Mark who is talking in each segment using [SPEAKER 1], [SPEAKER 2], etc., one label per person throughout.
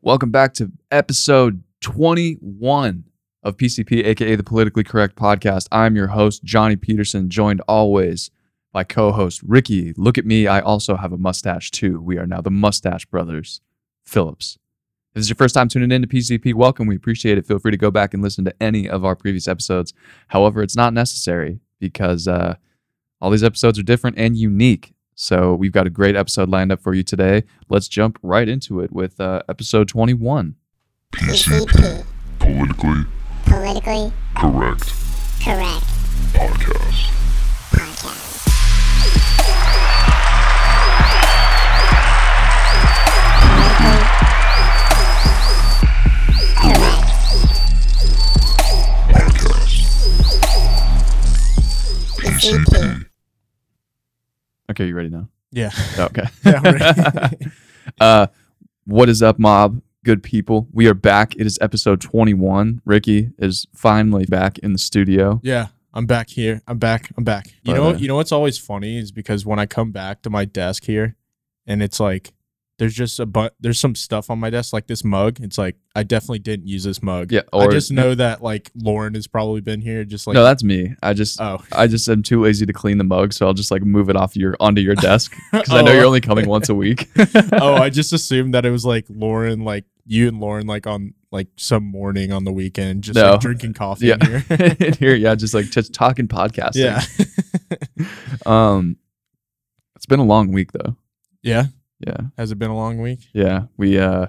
[SPEAKER 1] Welcome back to episode 21 of PCP, aka the Politically Correct Podcast. I'm your host, Johnny Peterson, joined always by co host Ricky. Look at me, I also have a mustache too. We are now the Mustache Brothers Phillips. If this is your first time tuning in to PCP, welcome. We appreciate it. Feel free to go back and listen to any of our previous episodes. However, it's not necessary because uh, all these episodes are different and unique. So we've got a great episode lined up for you today let's jump right into it with uh, episode 21.
[SPEAKER 2] PCP,
[SPEAKER 3] Politically
[SPEAKER 2] politically
[SPEAKER 3] Correct
[SPEAKER 2] correct
[SPEAKER 3] Podcast.
[SPEAKER 2] podcast. Politically correct.
[SPEAKER 3] Podcast.
[SPEAKER 2] PCP,
[SPEAKER 1] Okay, you ready now? Oh,
[SPEAKER 4] Yeah.
[SPEAKER 1] Okay.
[SPEAKER 4] Yeah, I'm ready.
[SPEAKER 1] uh, what is up, mob? Good people. We are back. It is episode 21. Ricky is finally back in the studio.
[SPEAKER 4] yeah. I'm back here. I'm back. I'm back.
[SPEAKER 1] But,
[SPEAKER 4] You know,
[SPEAKER 1] uh,
[SPEAKER 4] you know what's always funny is because when I come back to my desk here and it's like there's just a but there's some stuff on my desk like this mug. It's like I definitely didn't use this mug.
[SPEAKER 1] Yeah.
[SPEAKER 4] I just know that like Lauren has probably been here just like
[SPEAKER 1] no, that's me. I just.
[SPEAKER 4] oh.
[SPEAKER 1] I just am too lazy to clean the mug, so I'll just like move it off your onto your desk because I know
[SPEAKER 4] Oh.
[SPEAKER 1] you're only coming once a week.
[SPEAKER 4] oh, I just assumed that it was like Lauren like you and Lauren like on like some morning on the weekend just
[SPEAKER 1] No.
[SPEAKER 4] like drinking coffee in
[SPEAKER 1] Yeah.
[SPEAKER 4] here.
[SPEAKER 1] In here, yeah, just like just talking podcasting.
[SPEAKER 4] yeah.
[SPEAKER 1] Um, it's been a long week though.
[SPEAKER 4] yeah.
[SPEAKER 1] Yeah.
[SPEAKER 4] Has it been a long week?
[SPEAKER 1] Yeah, we uh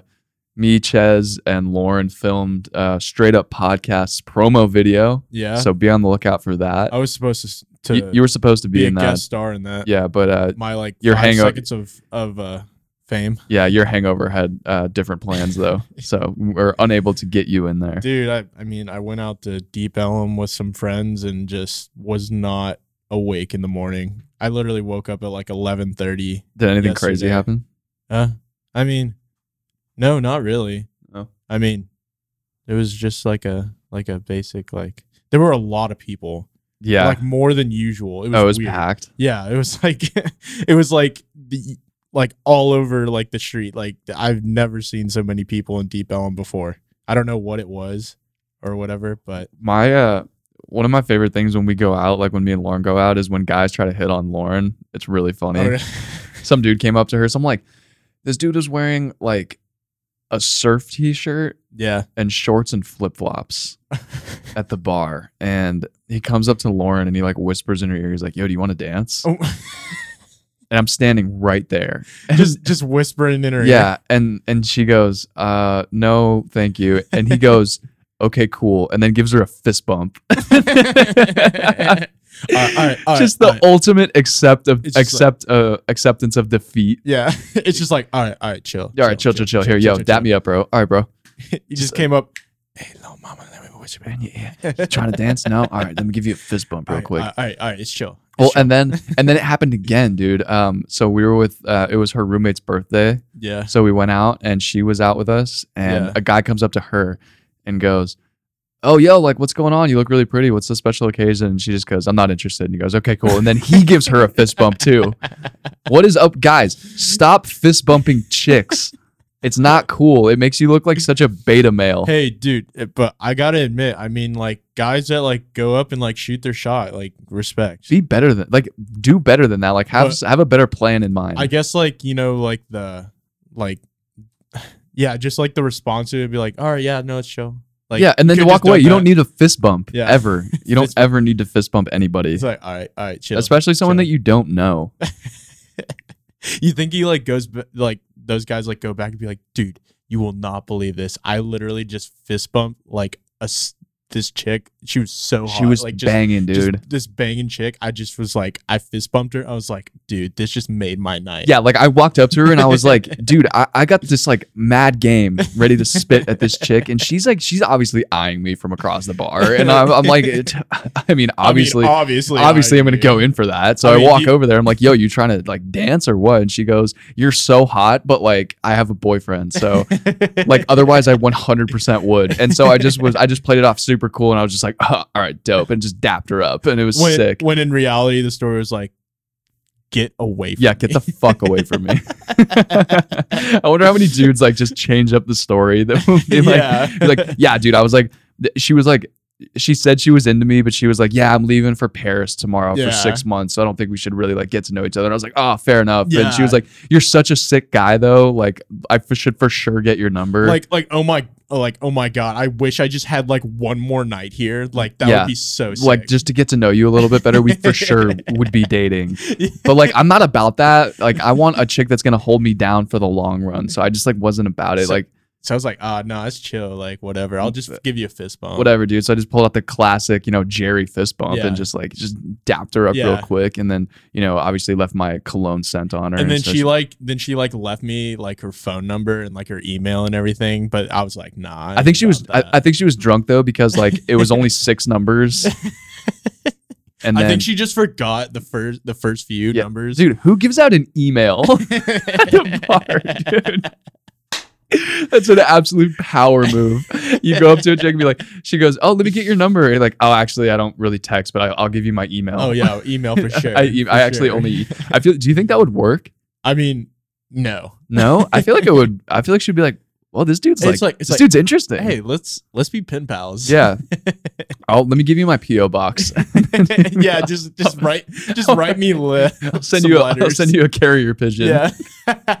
[SPEAKER 1] me, Ches, and Lauren filmed uh straight up podcast promo video.
[SPEAKER 4] Yeah.
[SPEAKER 1] So be on the lookout for that.
[SPEAKER 4] I was supposed to s- to
[SPEAKER 1] Y- you, were supposed to be,
[SPEAKER 4] be a
[SPEAKER 1] in that.
[SPEAKER 4] guest star in that.
[SPEAKER 1] Yeah, but uh
[SPEAKER 4] my like
[SPEAKER 1] Your
[SPEAKER 4] your
[SPEAKER 1] hangover-
[SPEAKER 4] seconds of of uh, fame,
[SPEAKER 1] yeah, your hangover had uh different plans though. so we're unable to get you in there.
[SPEAKER 4] dude. I I mean, I went out to Deep Elm with some friends and just was not awake in the morning. I literally woke up at like eleven thirty.
[SPEAKER 1] Did anything crazy
[SPEAKER 4] yesterday.
[SPEAKER 1] happen?
[SPEAKER 4] Uh, I mean, no, not really.
[SPEAKER 1] No.
[SPEAKER 4] I mean, it was just like a like a basic like there were a lot of people,
[SPEAKER 1] Yeah.
[SPEAKER 4] like more than usual. It was
[SPEAKER 1] oh, it was
[SPEAKER 4] weird.
[SPEAKER 1] packed.
[SPEAKER 4] Yeah, it was like it was like the like all over like the street. Like I've never seen so many people in Deep Elm before. I don't know what it was or whatever, but
[SPEAKER 1] My uh one of my favorite things when we go out, like when me and Lauren go out, is when guys try to hit on Lauren. It's really funny.
[SPEAKER 4] Oh,
[SPEAKER 1] some dude came up to her. So I'm like, this dude is wearing like a surf t-shirt
[SPEAKER 4] yeah.
[SPEAKER 1] and shorts and flip-flops at the bar. And he comes up to Lauren and he like whispers in her ear, he's like, yo, do you want to dance?
[SPEAKER 4] Oh,
[SPEAKER 1] And I'm standing right there.
[SPEAKER 4] just just whispering in her ear.
[SPEAKER 1] yeah. And and she goes, uh, no, thank you. And he goes, Okay, cool. And then gives her a fist bump.
[SPEAKER 4] All right, all right, all right,
[SPEAKER 1] just the
[SPEAKER 4] all right.
[SPEAKER 1] ultimate accept of
[SPEAKER 4] It's just
[SPEAKER 1] accept uh, acceptance of defeat.
[SPEAKER 4] yeah. It's just like all right, all right, chill.
[SPEAKER 1] All right, chill, chill, chill. Here, yo, dap me up, bro. All right, bro.
[SPEAKER 4] chill. You just came up. Hey, little mama, let me whisper in your ear.
[SPEAKER 1] trying to dance now. All right, let me give you a fist bump real quick.
[SPEAKER 4] All right, uh, all right, it's chill. It's
[SPEAKER 1] well,
[SPEAKER 4] chill.
[SPEAKER 1] and then and then it happened again, dude. Um, so we were with uh, it was her roommate's birthday,
[SPEAKER 4] yeah,
[SPEAKER 1] so we went out and she was out with us, and
[SPEAKER 4] Yeah.
[SPEAKER 1] a guy comes up to her and goes, "Oh, yo, like what's going on? You look really pretty. What's the special occasion?" And she just goes, "I'm not interested." And he goes, "Okay, cool." And then he gives her a fist bump too. What is up, guys? Stop fist bumping chicks. It's not cool. It makes you look like such a beta male.
[SPEAKER 4] Hey, dude, uh, but I gotta admit, I mean, like guys that like go up and like shoot their shot, like respect.
[SPEAKER 1] be better than like do better than that like have have a better plan in mind
[SPEAKER 4] I guess like you know, like the like, yeah, just like the response to it would be like, all right, yeah, no, it's chill. Like,
[SPEAKER 1] yeah and then you
[SPEAKER 4] could've
[SPEAKER 1] walk
[SPEAKER 4] just
[SPEAKER 1] away
[SPEAKER 4] done
[SPEAKER 1] you don't
[SPEAKER 4] that.
[SPEAKER 1] need a fist bump
[SPEAKER 4] Yeah.
[SPEAKER 1] ever you don't
[SPEAKER 4] Fist
[SPEAKER 1] ever need to fist bump anybody
[SPEAKER 4] It's like, all right, all right, chill.
[SPEAKER 1] especially someone that
[SPEAKER 4] chill.
[SPEAKER 1] you don't know
[SPEAKER 4] you think he like goes b- like those guys like go back and be like, dude, you will not believe this. I literally just fist bumped like a s- this chick. She was so
[SPEAKER 1] she
[SPEAKER 4] hot,
[SPEAKER 1] was
[SPEAKER 4] like just
[SPEAKER 1] banging
[SPEAKER 4] just
[SPEAKER 1] dude
[SPEAKER 4] this banging chick. I just was like, I fist bumped her. I was like, dude, this just made my night.
[SPEAKER 1] yeah like i walked up to her and i was like dude I, I got this like mad game ready to spit at this chick and she's like she's obviously eyeing me from across the bar and i'm, I'm like it, i mean
[SPEAKER 4] I mean,
[SPEAKER 1] obviously
[SPEAKER 4] obviously,
[SPEAKER 1] obviously
[SPEAKER 4] I
[SPEAKER 1] I'm gonna
[SPEAKER 4] do.
[SPEAKER 1] go in for that. So I,
[SPEAKER 4] I mean,
[SPEAKER 1] walk
[SPEAKER 4] you-
[SPEAKER 1] over there. I'm like, "Yo, you trying to like dance or what?" And she goes, "You're so hot, but like I have a boyfriend, so like otherwise I 100% would." And so I just was I just played it off super cool, and I was just like, "Uh, "All right, dope," and just dapped her up, and it was
[SPEAKER 4] when,
[SPEAKER 1] sick.
[SPEAKER 4] When in reality, the story was like, get away from
[SPEAKER 1] Yeah, get the
[SPEAKER 4] me."
[SPEAKER 1] fuck away from me. I wonder how many dudes like just change up the story that would be like,
[SPEAKER 4] Yeah.
[SPEAKER 1] be like, yeah, dude, I was like, th- she was like, she said she was into me, but she was like, yeah, I'm leaving for Paris tomorrow
[SPEAKER 4] Yeah.
[SPEAKER 1] for six months. So I don't think we should really like get to know each other. And I was like, oh, fair enough.
[SPEAKER 4] Yeah.
[SPEAKER 1] And she was like, you're such a sick guy though. Like I f- should for sure get your number.
[SPEAKER 4] like like oh my like oh my god i wish i just had like one more night here like that
[SPEAKER 1] Yeah.
[SPEAKER 4] would be so sick.
[SPEAKER 1] like just to get to know you a little bit better, we for sure would be dating. But like, I'm not about that. Like, I want a chick that's gonna hold me down for the long run. So I just like wasn't about it.
[SPEAKER 4] So-
[SPEAKER 1] like,
[SPEAKER 4] so i was like ah no it's chill like whatever i'll just give you a fist bump
[SPEAKER 1] whatever, dude. So I just pulled out the classic, you know, Jerry fist bump
[SPEAKER 4] Um, Yeah.
[SPEAKER 1] and just like just dapped her up real
[SPEAKER 4] Yeah.
[SPEAKER 1] quick, and then you know, obviously left my cologne scent on her.
[SPEAKER 4] and then
[SPEAKER 1] so
[SPEAKER 4] she like then she like left me like her phone number and like her email and everything but i was like nah
[SPEAKER 1] I think she was. I, I think she was drunk though because like it was only six numbers. And then,
[SPEAKER 4] I think she just forgot the first the first few
[SPEAKER 1] Yeah.
[SPEAKER 4] numbers
[SPEAKER 1] dude, who gives out an email at the bar, dude? That's an absolute power move. You go up to a chick and be like, she goes, "Oh, let me get your number." And you're like, "Oh, actually, I don't really text, but I, I'll give you my email."
[SPEAKER 4] oh yeah email for sure
[SPEAKER 1] I, e-
[SPEAKER 4] for
[SPEAKER 1] I actually
[SPEAKER 4] sure.
[SPEAKER 1] only. I feel. Do you think that would work?
[SPEAKER 4] i mean no
[SPEAKER 1] No, I feel like it would. I feel like she'd be like, "Well, this dude's
[SPEAKER 4] It's
[SPEAKER 1] like,
[SPEAKER 4] like- it's
[SPEAKER 1] this
[SPEAKER 4] like,
[SPEAKER 1] dude's interesting."
[SPEAKER 4] hey let's let's be pen pals
[SPEAKER 1] yeah. I'll let me give you my PO box.
[SPEAKER 4] yeah, just just write just write me li-
[SPEAKER 1] I'll send you. A, I'll send you a carrier pigeon.
[SPEAKER 4] yeah.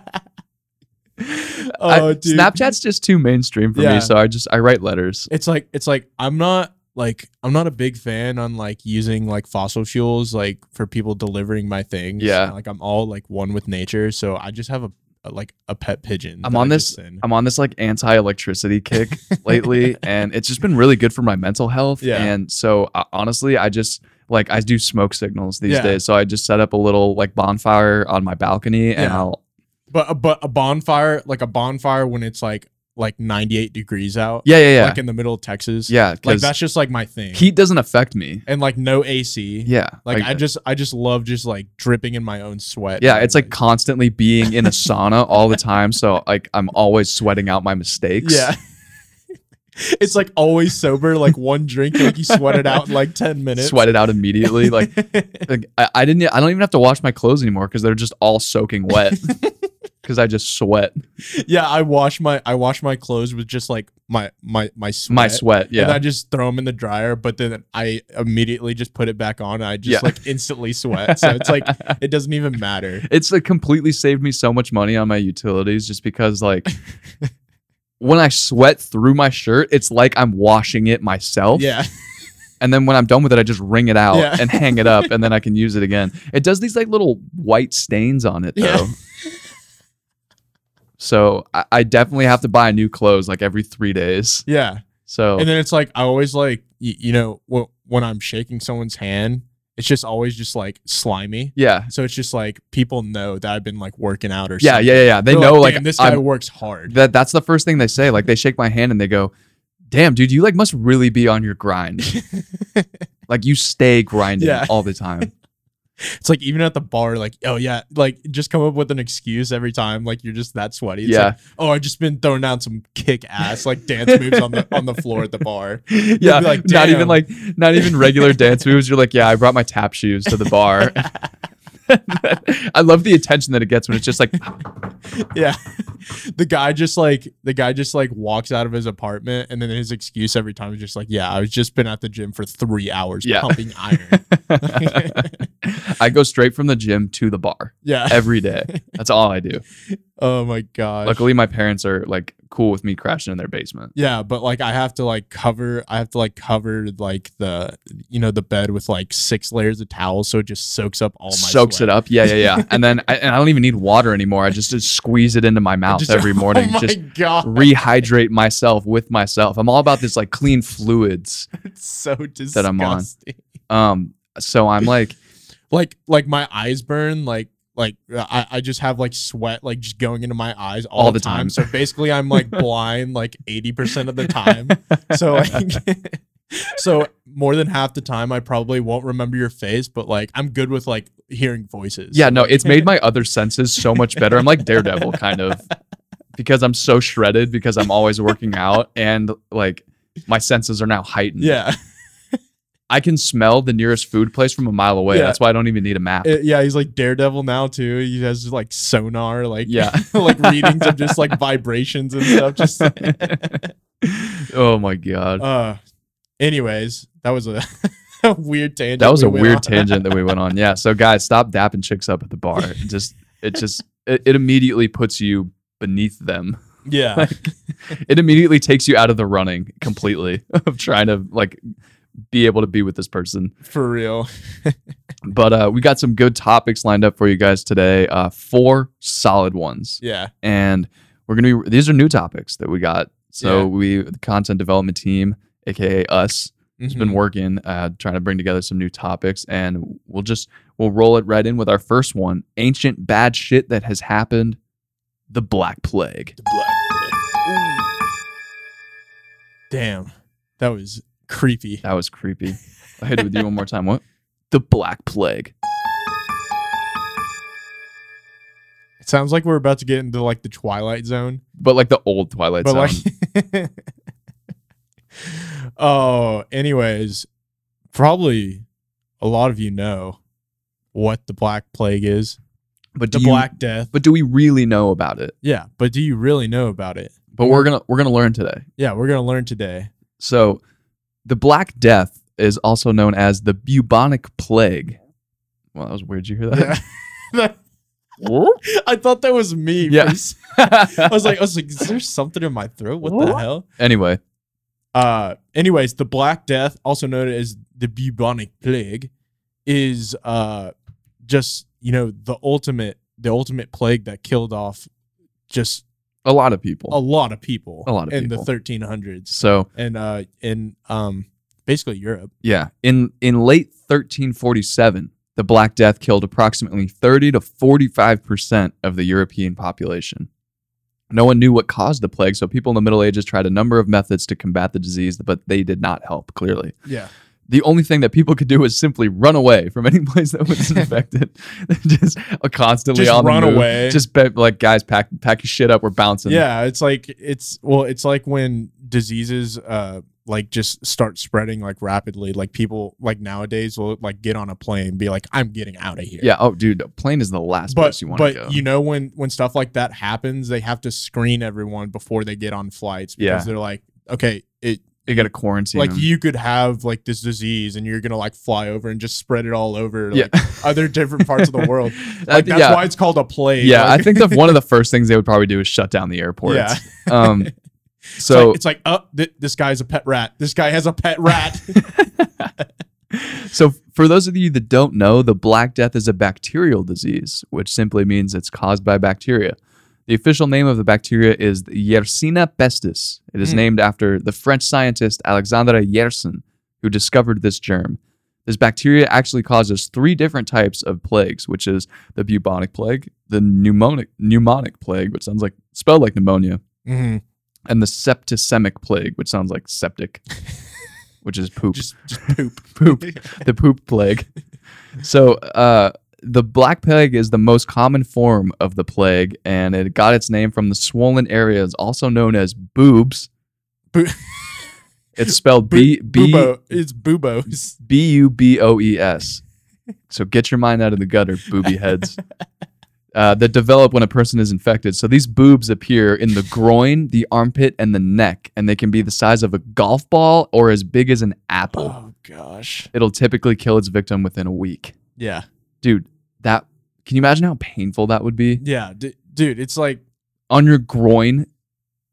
[SPEAKER 1] I-
[SPEAKER 4] oh, dude.
[SPEAKER 1] Snapchat's just too mainstream for
[SPEAKER 4] Yeah.
[SPEAKER 1] me, so I just I write letters.
[SPEAKER 4] It's like it's like I'm not like I'm not a big fan on like using like fossil fuels like for people delivering my things.
[SPEAKER 1] Yeah.
[SPEAKER 4] like I'm all like one with nature, so I just have a, a- like a pet pigeon.
[SPEAKER 1] I'm
[SPEAKER 4] that
[SPEAKER 1] on
[SPEAKER 4] I just
[SPEAKER 1] this.
[SPEAKER 4] send.
[SPEAKER 1] I'm on this like anti-electricity kick lately, and it's just been really good for my mental health.
[SPEAKER 4] Yeah.
[SPEAKER 1] And so uh, honestly, I just like I do smoke signals these
[SPEAKER 4] Yeah.
[SPEAKER 1] days. So I just set up a little like bonfire on my balcony, and
[SPEAKER 4] Yeah.
[SPEAKER 1] I'll
[SPEAKER 4] but but a bonfire like a bonfire when it's like like 98 degrees out.
[SPEAKER 1] yeah yeah yeah
[SPEAKER 4] like in the middle of Texas.
[SPEAKER 1] yeah
[SPEAKER 4] like
[SPEAKER 1] because
[SPEAKER 4] that's just like my thing.
[SPEAKER 1] heat doesn't affect me.
[SPEAKER 4] and like no AC.
[SPEAKER 1] Yeah,
[SPEAKER 4] Like, I just I just love just like dripping in my own sweat.
[SPEAKER 1] yeah,
[SPEAKER 4] and,
[SPEAKER 1] it's like constantly being in a sauna all the time. So like I'm always sweating out my mistakes.
[SPEAKER 4] yeah. it's like always sober, like one drink, like you sweat it out in like ten minutes.
[SPEAKER 1] sweat it out immediately. Like Like I, I didn't. e, I don't even have to wash my clothes anymore because they're just all soaking wet. Because I just sweat
[SPEAKER 4] yeah, I wash my I wash my clothes with just like my my my sweat.
[SPEAKER 1] my sweat.
[SPEAKER 4] And I
[SPEAKER 1] Yeah,
[SPEAKER 4] just throw them in the dryer, but then I immediately just put it back on. And I just
[SPEAKER 1] Yeah.
[SPEAKER 4] like instantly sweat. So it's like it doesn't even matter.
[SPEAKER 1] it's like completely saved me so much money on my utilities just because like when I sweat through my shirt, it's like I'm washing it myself.
[SPEAKER 4] Yeah.
[SPEAKER 1] And then when I'm done with it, I just wring it out
[SPEAKER 4] Yeah.
[SPEAKER 1] and hang it up, and then I can use it again. It does these like little white stains on it though.
[SPEAKER 4] Yeah.
[SPEAKER 1] So I, I definitely have to buy new clothes like every three days.
[SPEAKER 4] Yeah.
[SPEAKER 1] So
[SPEAKER 4] And then it's like I always like you, you know wh- when I'm shaking someone's hand, it's just always just like slimy.
[SPEAKER 1] yeah,
[SPEAKER 4] So it's just like people know that I've been like working out or
[SPEAKER 1] Yeah,
[SPEAKER 4] something.
[SPEAKER 1] yeah, yeah, yeah. They
[SPEAKER 4] They're
[SPEAKER 1] know like,
[SPEAKER 4] "Damn, this guy
[SPEAKER 1] I'm-
[SPEAKER 4] works hard.
[SPEAKER 1] that. That's the first thing they say. Like they shake my hand and they go, "Damn, dude, you like must really be on your grind. like you stay grinding
[SPEAKER 4] Yeah.
[SPEAKER 1] all the time."
[SPEAKER 4] It's like even at the bar, like oh yeah, like just come up with an excuse every time. Like you're just that sweaty. It's
[SPEAKER 1] Yeah.
[SPEAKER 4] Like, oh, I just been throwing down some kick ass like dance moves on the on the floor at the bar.
[SPEAKER 1] yeah,
[SPEAKER 4] be like,
[SPEAKER 1] not even
[SPEAKER 4] "Damn."
[SPEAKER 1] like not even regular dance moves. You're like, "Yeah, I brought my tap shoes to the bar." I love the attention that it gets when it's just like,
[SPEAKER 4] Yeah. the guy just like the guy just like walks out of his apartment and then his excuse every time is just like yeah, I was just been at the gym for three hours
[SPEAKER 1] Yeah.
[SPEAKER 4] pumping iron.
[SPEAKER 1] I go straight from the gym to the bar
[SPEAKER 4] Yeah.
[SPEAKER 1] every day. That's all I do.
[SPEAKER 4] oh my god.
[SPEAKER 1] Luckily, my parents are like cool with me crashing in their basement.
[SPEAKER 4] Yeah, but like I have to like cover I have to like cover like the you know the bed with like six layers of towels so it just soaks up all my
[SPEAKER 1] soaks it up. Yeah, yeah, yeah. And then I, and I don't even need water anymore. I just, just squeeze it into my mouth every morning.
[SPEAKER 4] Oh my
[SPEAKER 1] just
[SPEAKER 4] god.
[SPEAKER 1] rehydrate myself with myself. I'm all about this like clean fluids.
[SPEAKER 4] it's so disgusting.
[SPEAKER 1] I'm on. Um, so I'm like,
[SPEAKER 4] Like like my eyes burn like like uh, I, I just have like sweat like just going into my eyes all,
[SPEAKER 1] All
[SPEAKER 4] the
[SPEAKER 1] the
[SPEAKER 4] time.
[SPEAKER 1] time.
[SPEAKER 4] So basically I'm like blind like 80% of the time. So like so more than half the time I probably won't remember your face, but like I'm good with like hearing voices.
[SPEAKER 1] yeah, no, it's made my other senses so much better. I'm like Daredevil kind of because I'm so shredded because I'm always working out and like my senses are now heightened.
[SPEAKER 4] Yeah.
[SPEAKER 1] I can smell the nearest food place from a mile away.
[SPEAKER 4] Yeah.
[SPEAKER 1] That's why I don't even need a map.
[SPEAKER 4] Uh, yeah, he's like Daredevil now too. He has like sonar, like
[SPEAKER 1] Yeah.
[SPEAKER 4] like readings of just like vibrations and stuff. Just
[SPEAKER 1] oh my god.
[SPEAKER 4] uh, anyways, that was a, a weird tangent.
[SPEAKER 1] that was
[SPEAKER 4] we
[SPEAKER 1] a
[SPEAKER 4] went
[SPEAKER 1] weird
[SPEAKER 4] on.
[SPEAKER 1] tangent that we went on. Yeah. So guys, stop dapping chicks up at the bar. It just it just it, it immediately puts you beneath them.
[SPEAKER 4] yeah,
[SPEAKER 1] It immediately takes you out of the running completely of trying to like be able to be with this person.
[SPEAKER 4] for real.
[SPEAKER 1] But uh, we got some good topics lined up for you guys today. Uh, four solid ones,
[SPEAKER 4] Yeah,
[SPEAKER 1] and we're gonna be. These are new topics that we got. So
[SPEAKER 4] Yeah.
[SPEAKER 1] we, the content development team, aka us,
[SPEAKER 4] Mhm.
[SPEAKER 1] has been working, uh, trying to bring together some new topics, and we'll just we'll roll it right in with our first one: ancient bad shit that has happened, the Black Plague.
[SPEAKER 4] Damn, that was creepy.
[SPEAKER 1] That was creepy. I hit it with you one more time. What? The Black Plague.
[SPEAKER 4] It sounds like we're about to get into like the Twilight Zone.
[SPEAKER 1] But like the old Twilight Zone.
[SPEAKER 4] but like oh anyways probably a lot of you know what the black plague is
[SPEAKER 1] but do
[SPEAKER 4] the
[SPEAKER 1] you,
[SPEAKER 4] black death
[SPEAKER 1] But do we really know about it?
[SPEAKER 4] yeah but do you really know about it
[SPEAKER 1] But we're gonna we're gonna learn today.
[SPEAKER 4] yeah we're gonna learn today
[SPEAKER 1] So, the Black Death is also known as the bubonic plague. Well, that was weird. Did you hear that?
[SPEAKER 4] i thought that was me
[SPEAKER 1] Yeah.
[SPEAKER 4] yes i was like i was like is there something in my throat what the hell
[SPEAKER 1] anyway,
[SPEAKER 4] uh anyways the black death also known as the bubonic plague is uh just you know the ultimate the ultimate plague that killed off just
[SPEAKER 1] a lot of
[SPEAKER 4] a
[SPEAKER 1] people.
[SPEAKER 4] lot of people
[SPEAKER 1] A lot of
[SPEAKER 4] in
[SPEAKER 1] people.
[SPEAKER 4] the 1300s
[SPEAKER 1] So,
[SPEAKER 4] and uh in um basically europe
[SPEAKER 1] yeah, in in late 1347, the Black Death killed approximately 30 to 45 percent of the European population. No one knew what caused the plague, so people in the Middle Ages tried a number of methods to combat the disease, but they did not help. Clearly,
[SPEAKER 4] yeah
[SPEAKER 1] the only thing that people could do was simply run away from any place that was infected. just uh, constantly
[SPEAKER 4] just
[SPEAKER 1] on
[SPEAKER 4] run
[SPEAKER 1] the move.
[SPEAKER 4] away
[SPEAKER 1] Just be, like guys, pack pack your shit up. We're bouncing.
[SPEAKER 4] yeah it's like it's well it's like when diseases uh like just start spreading like rapidly like people like nowadays will like get on a plane and be like i'm getting out of here
[SPEAKER 1] yeah. Oh, dude, a plane is the last place you want to
[SPEAKER 4] but
[SPEAKER 1] go.
[SPEAKER 4] you know when when stuff like that happens, they have to screen everyone before they get on flights because
[SPEAKER 1] Yeah.
[SPEAKER 4] they're like, okay, it
[SPEAKER 1] you got to quarantine.
[SPEAKER 4] like
[SPEAKER 1] them.
[SPEAKER 4] you could have like this disease and you're gonna like fly over and just spread it all over
[SPEAKER 1] yeah.
[SPEAKER 4] like other different parts of the world.
[SPEAKER 1] I
[SPEAKER 4] Like
[SPEAKER 1] thi-
[SPEAKER 4] that's
[SPEAKER 1] yeah,
[SPEAKER 4] why it's called a plague.
[SPEAKER 1] yeah.
[SPEAKER 4] like,
[SPEAKER 1] I think that one of the first things they would probably do is shut down the airports.
[SPEAKER 4] yeah.
[SPEAKER 1] Um,
[SPEAKER 4] So
[SPEAKER 1] so
[SPEAKER 4] it's like, oh, th- this guy's a pet rat. This guy has a pet rat.
[SPEAKER 1] So, for those of you that don't know, the Black Death is a bacterial disease, which simply means it's caused by bacteria. The official name of the bacteria is Yersinia pestis. It is
[SPEAKER 4] Hmm.
[SPEAKER 1] named after the French scientist Alexandre Yersin, who discovered this germ. This bacteria actually causes three different types of plagues, which is the bubonic plague, the pneumonic pneumonic plague, which sounds like spelled like pneumonia,
[SPEAKER 4] Mhm.
[SPEAKER 1] and the septicemic plague, which sounds like septic, which is poop
[SPEAKER 4] Just just poop.
[SPEAKER 1] poop, the poop plague. So, uh, the black plague is the most common form of the plague, and it got its name from the swollen areas, also known as boobs.
[SPEAKER 4] Boo-
[SPEAKER 1] It's spelled B
[SPEAKER 4] Boo-
[SPEAKER 1] B
[SPEAKER 4] Boobo. It's Boobos.
[SPEAKER 1] B U B O E S. So get your mind out of the gutter, booby heads. Uh, that develop when a person is infected. So these boobs appear in the groin, the armpit, and the neck, and they can be the size of a golf ball or as big as an apple
[SPEAKER 4] Oh gosh.
[SPEAKER 1] it'll typically kill its victim within a week.
[SPEAKER 4] Yeah.
[SPEAKER 1] Dude, that can you imagine how painful that would be
[SPEAKER 4] Yeah. D- dude, it's like
[SPEAKER 1] on your groin?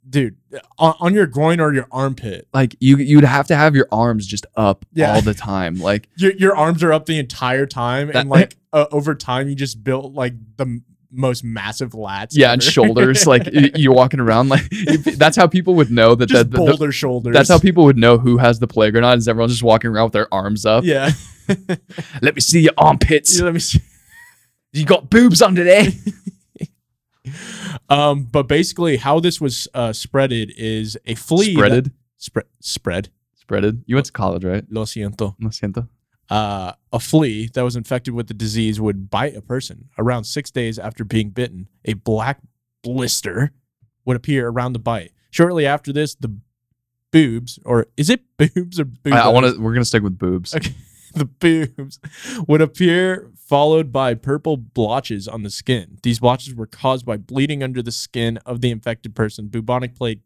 [SPEAKER 4] dude on, on your groin or your armpit
[SPEAKER 1] Like you, you'd have to have your arms just up
[SPEAKER 4] Yeah.
[SPEAKER 1] all the time. Like
[SPEAKER 4] your, your arms are up the entire time
[SPEAKER 1] That-
[SPEAKER 4] and like uh, over time you just built like the m- most massive lats
[SPEAKER 1] yeah, and
[SPEAKER 4] ever.
[SPEAKER 1] shoulders. like y- you're walking around. Like if- that's how people would know that.
[SPEAKER 4] just
[SPEAKER 1] that,
[SPEAKER 4] boulder
[SPEAKER 1] that
[SPEAKER 4] shoulders
[SPEAKER 1] that's how people would know who has the plague or not. Is everyone just walking around with their arms up?
[SPEAKER 4] yeah
[SPEAKER 1] Let me see your armpits.
[SPEAKER 4] let me see
[SPEAKER 1] You got boobs under there.
[SPEAKER 4] um but basically how this was uh spreaded is a flea that-
[SPEAKER 1] Spreaded,
[SPEAKER 4] spread spread
[SPEAKER 1] spreaded. You went to college, right?
[SPEAKER 4] lo siento
[SPEAKER 1] Lo siento.
[SPEAKER 4] uh, a flea that was infected with the disease would bite a person. Around six days after being bitten, a black blister would appear around the bite. Shortly after this, the boobs, or is it boobs or boobs?
[SPEAKER 1] I, want to. We're gonna stick with boobs.
[SPEAKER 4] Okay. the boobs would appear followed by purple blotches on the skin. These blotches were caused by bleeding under the skin of the infected person. Bubonic plague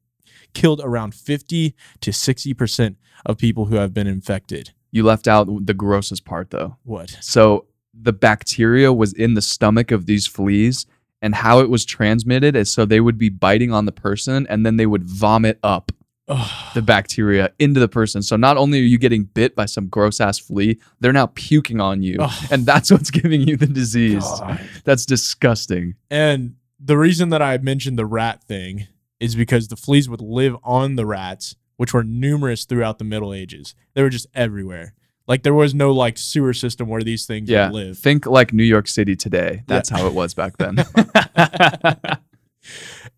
[SPEAKER 4] killed around 50 to 60% of people who have been infected.
[SPEAKER 1] You left out the grossest part though.
[SPEAKER 4] What?
[SPEAKER 1] So the bacteria was in the stomach of these fleas, and how it was transmitted is so they would be biting on the person, and then they would vomit up
[SPEAKER 4] Ugh.
[SPEAKER 1] the bacteria into the person. So not only are you getting bit by some gross ass flea, they're now puking on you,
[SPEAKER 4] Ugh.
[SPEAKER 1] and that's what's giving you the disease.
[SPEAKER 4] God.
[SPEAKER 1] That's disgusting.
[SPEAKER 4] And the reason that I mentioned the rat thing is because the fleas would live on the rats, which were numerous throughout the Middle Ages. They were just everywhere. Like there was no like sewer system where these things
[SPEAKER 1] Yeah.
[SPEAKER 4] would live.
[SPEAKER 1] Think like New York City today. That's how it was back then.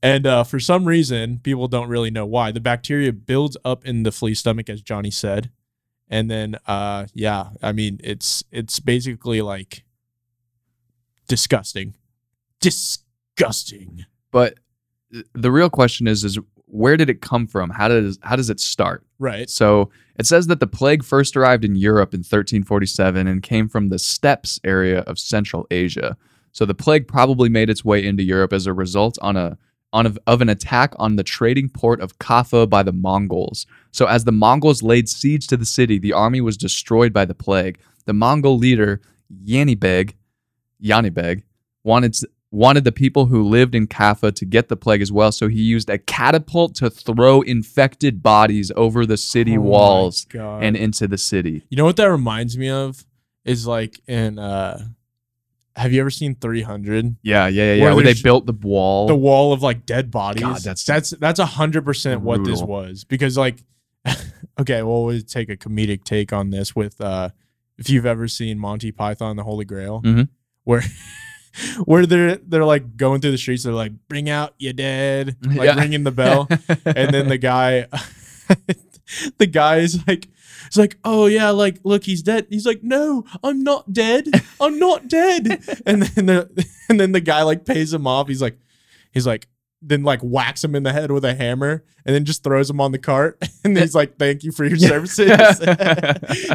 [SPEAKER 4] and uh, for some reason, people don't really know why. The bacteria builds up in the flea's stomach, as Johnny said, and then uh, yeah, I mean it's it's basically like disgusting, disgusting.
[SPEAKER 1] but th- the real question is is where did it come from? How does how does it start?
[SPEAKER 4] Right?
[SPEAKER 1] So it says that the plague first arrived in Europe in 1347 and came from the steppes area of Central Asia. So the plague probably made its way into Europe as a result on a on a, of an attack on the trading port of Kaffa by the Mongols. So as the Mongols laid siege to the city, the army was destroyed by the plague. The Mongol leader Yanibeg, Yanibeg wanted s- wanted the people who lived in Kaffa to get the plague as well, so he used a catapult to throw infected bodies over the city
[SPEAKER 4] Oh my
[SPEAKER 1] walls
[SPEAKER 4] God.
[SPEAKER 1] and into the city.
[SPEAKER 4] you know what that reminds me of is like in uh, have you ever seen Three Hundred?
[SPEAKER 1] Yeah, yeah, yeah.
[SPEAKER 4] Where
[SPEAKER 1] yeah. Where they
[SPEAKER 4] there's-
[SPEAKER 1] built the wall.
[SPEAKER 4] the wall of like dead bodies.
[SPEAKER 1] God, that's-
[SPEAKER 4] that's that's that's a hundred percent what this
[SPEAKER 1] Brutal.
[SPEAKER 4] was because like, okay, well, we'll take a comedic take on this with uh, if you've ever seen Monty Python and the Holy Grail,
[SPEAKER 1] Mhm.
[SPEAKER 4] where where they're they're like going through the streets, they're like, bring out your dead, like
[SPEAKER 1] Yeah.
[SPEAKER 4] ringing the bell, and then the guy, the guy is like. It's like, oh yeah, like look, he's dead. He's like, no, I'm not dead. I'm not dead. and then the and then the guy like pays him off. He's like, he's like, then like whacks him in the head with a hammer, and then just throws him on the cart. And then he's like, thank you for your services.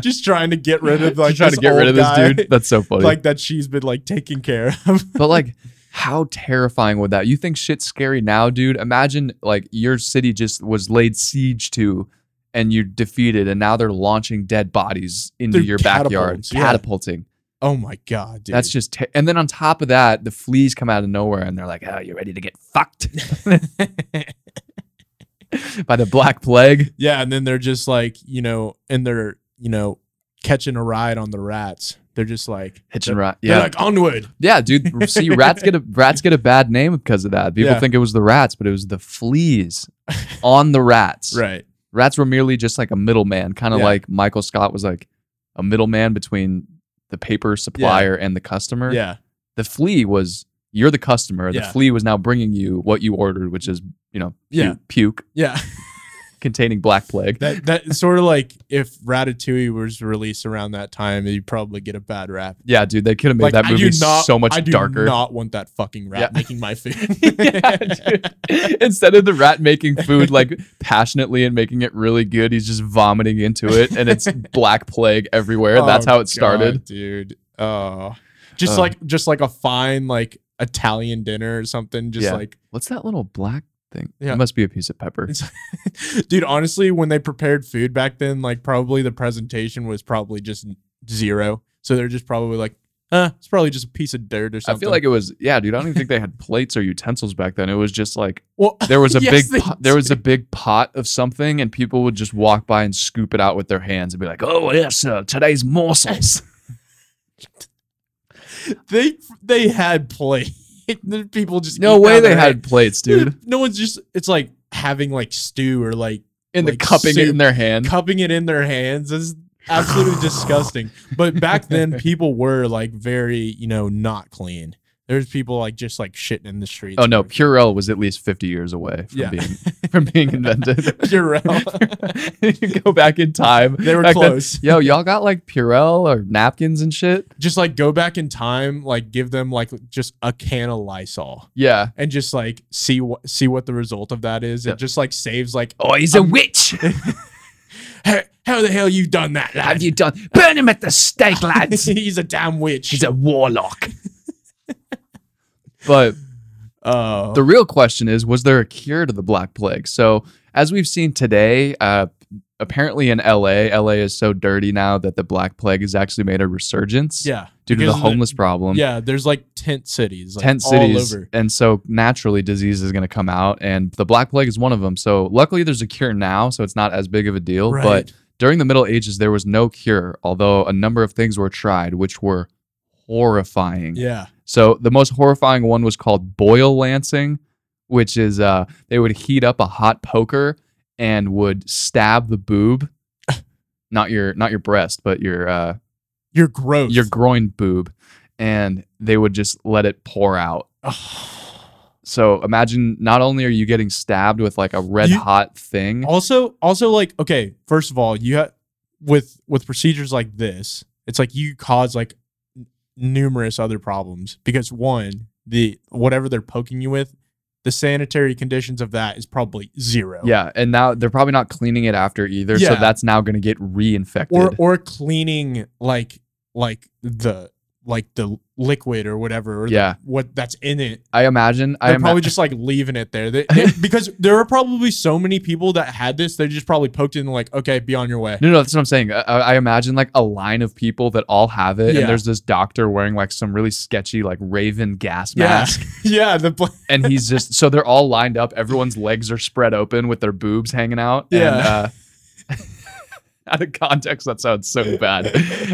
[SPEAKER 4] just trying to get rid of like
[SPEAKER 1] Just trying to get rid of this dude. That's so funny.
[SPEAKER 4] like that she's been like taking care of.
[SPEAKER 1] but like, how terrifying would that? You think shit's scary now, dude? Imagine like your city just was laid siege to, and you defeated, and now they're launching dead bodies into
[SPEAKER 4] Through
[SPEAKER 1] your backyard,
[SPEAKER 4] catapults, yeah.
[SPEAKER 1] catapulting.
[SPEAKER 4] oh my god, dude.
[SPEAKER 1] That's just, ter- and then on top of that, the fleas come out of nowhere and they're like, "Oh, you're ready to get fucked by the black plague."
[SPEAKER 4] Yeah, and then they're just like, you know, and they're, you know, catching a ride on the rats. They're just like
[SPEAKER 1] Hitching rat,
[SPEAKER 4] They're
[SPEAKER 1] yeah,
[SPEAKER 4] like onward.
[SPEAKER 1] yeah, dude. See, rats get a rats get a bad name because of that. People
[SPEAKER 4] Yeah.
[SPEAKER 1] think it was the rats, but it was the fleas on the rats.
[SPEAKER 4] Right.
[SPEAKER 1] Rats were merely just like a middleman, kind of
[SPEAKER 4] Yeah.
[SPEAKER 1] like Michael Scott was like a middleman between the paper supplier and the customer.
[SPEAKER 4] Yeah.
[SPEAKER 1] The flea was you're the customer. The
[SPEAKER 4] Yeah.
[SPEAKER 1] flea was now bringing you what you ordered, which is you know pu-
[SPEAKER 4] Yeah.
[SPEAKER 1] puke.
[SPEAKER 4] Yeah.
[SPEAKER 1] containing black plague.
[SPEAKER 4] That that sort of like if Ratatouille was released around that time, you'd probably get a bad rap.
[SPEAKER 1] yeah, dude, they could have made that movie so much
[SPEAKER 4] I do
[SPEAKER 1] darker.
[SPEAKER 4] Not want that fucking rat
[SPEAKER 1] Yeah.
[SPEAKER 4] making my food.
[SPEAKER 1] yeah, dude. Instead of the rat making food like passionately and making it really good, he's just vomiting into it, and it's black plague everywhere. That's
[SPEAKER 4] Oh,
[SPEAKER 1] how it started.
[SPEAKER 4] God, dude. Oh, just
[SPEAKER 1] Uh.
[SPEAKER 4] like just like a fine like Italian dinner or something. Just
[SPEAKER 1] Yeah.
[SPEAKER 4] like,
[SPEAKER 1] What's that little black thing?
[SPEAKER 4] Yeah.
[SPEAKER 1] It must be a piece of pepper.
[SPEAKER 4] It's- dude. Honestly, when they prepared food back then, like probably the presentation was probably just zero. So they're just probably like, uh, it's probably just a piece of dirt or
[SPEAKER 1] I
[SPEAKER 4] something.
[SPEAKER 1] feel like it was yeah, dude. I don't even think they had plates or utensils back then. It was just like
[SPEAKER 4] well,
[SPEAKER 1] there was a
[SPEAKER 4] Yes, they
[SPEAKER 1] big pot, there was a big pot of something, and people would just walk by and scoop it out with their hands and be like, "Oh yes, uh, today's morsels."
[SPEAKER 4] they they had play. The People just
[SPEAKER 1] No
[SPEAKER 4] eat
[SPEAKER 1] way
[SPEAKER 4] out of
[SPEAKER 1] they
[SPEAKER 4] their hand.
[SPEAKER 1] had plates, dude.
[SPEAKER 4] No one's just. It's like having like stew or like
[SPEAKER 1] And
[SPEAKER 4] Like
[SPEAKER 1] the cupping it
[SPEAKER 4] soup.
[SPEAKER 1] in their hand.
[SPEAKER 4] cupping it in their hands is absolutely disgusting. But back then, people were like very, you know, not clean. They There's people like just like shitting in the streets.
[SPEAKER 1] Oh no, Purell was at least 50 years away from
[SPEAKER 4] Yeah.
[SPEAKER 1] being from being invented.
[SPEAKER 4] Purell.
[SPEAKER 1] you go back in time.
[SPEAKER 4] They were
[SPEAKER 1] Back then,
[SPEAKER 4] close.
[SPEAKER 1] Yo, y'all got like Purell or napkins and shit.
[SPEAKER 4] Just like go back in time, like give them like just a can of Lysol
[SPEAKER 1] Yeah.
[SPEAKER 4] and just like see what see what the result of that is.
[SPEAKER 1] Yeah.
[SPEAKER 4] It just like saves like
[SPEAKER 1] Oh, he's a witch.
[SPEAKER 4] how, how the hell you done that?
[SPEAKER 1] Have
[SPEAKER 4] lad?"
[SPEAKER 1] you done? Burn him at the stake, lads.
[SPEAKER 4] He's a damn witch.
[SPEAKER 1] He's a warlock. but
[SPEAKER 4] Oh,
[SPEAKER 1] the real question is was there a cure to the black plague so as we've seen today uh, apparently in la la is so dirty now that the black plague has actually made a resurgence
[SPEAKER 4] yeah,
[SPEAKER 1] due to
[SPEAKER 4] because
[SPEAKER 1] the
[SPEAKER 4] of
[SPEAKER 1] homeless problem
[SPEAKER 4] Yeah, there's like tent cities, like
[SPEAKER 1] tent
[SPEAKER 4] all
[SPEAKER 1] cities
[SPEAKER 4] over.
[SPEAKER 1] and so naturally disease is going to come out and the black plague is one of them so luckily there's a cure now so it's not as big of a deal but
[SPEAKER 4] Right.
[SPEAKER 1] during the middle ages there was no cure although a number of things were tried which were horrifying
[SPEAKER 4] yeah,
[SPEAKER 1] so the most horrifying one was called boil lancing, which is uh, they would heat up a hot poker and would stab the boob, not your not your breast, but your uh,
[SPEAKER 4] you're gross.
[SPEAKER 1] your groin boob, and they would just let it pour out. So imagine not only are you getting stabbed with like a red
[SPEAKER 4] You- Oh,
[SPEAKER 1] hot thing,
[SPEAKER 4] also also like okay first of all you have with with procedures like this it's like you cause like n- numerous other problems because one the whatever they're poking you with the sanitary conditions of that is probably zero
[SPEAKER 1] yeah, and now they're probably not cleaning it after either, so
[SPEAKER 4] Yeah.
[SPEAKER 1] that's now going to get reinfected.
[SPEAKER 4] or or cleaning like like the like the liquid or whatever or the-
[SPEAKER 1] Yeah.
[SPEAKER 4] what that's in it
[SPEAKER 1] I imagine. I
[SPEAKER 4] they're
[SPEAKER 1] ima-
[SPEAKER 4] probably just like leaving it there They- they- because there are probably so many people that had this they just probably poked it and like okay be on your way
[SPEAKER 1] No, no, that's what I'm saying. I, I I imagine like a line of people that all have it,
[SPEAKER 4] Yeah.
[SPEAKER 1] and there's this doctor wearing like some really sketchy like raven gas
[SPEAKER 4] Yeah.
[SPEAKER 1] mask,
[SPEAKER 4] yeah the pla-
[SPEAKER 1] and he's just so they're all lined up. Everyone's legs are spread open with their boobs hanging out. And,
[SPEAKER 4] Yeah.
[SPEAKER 1] uh, out of context, that sounds so bad.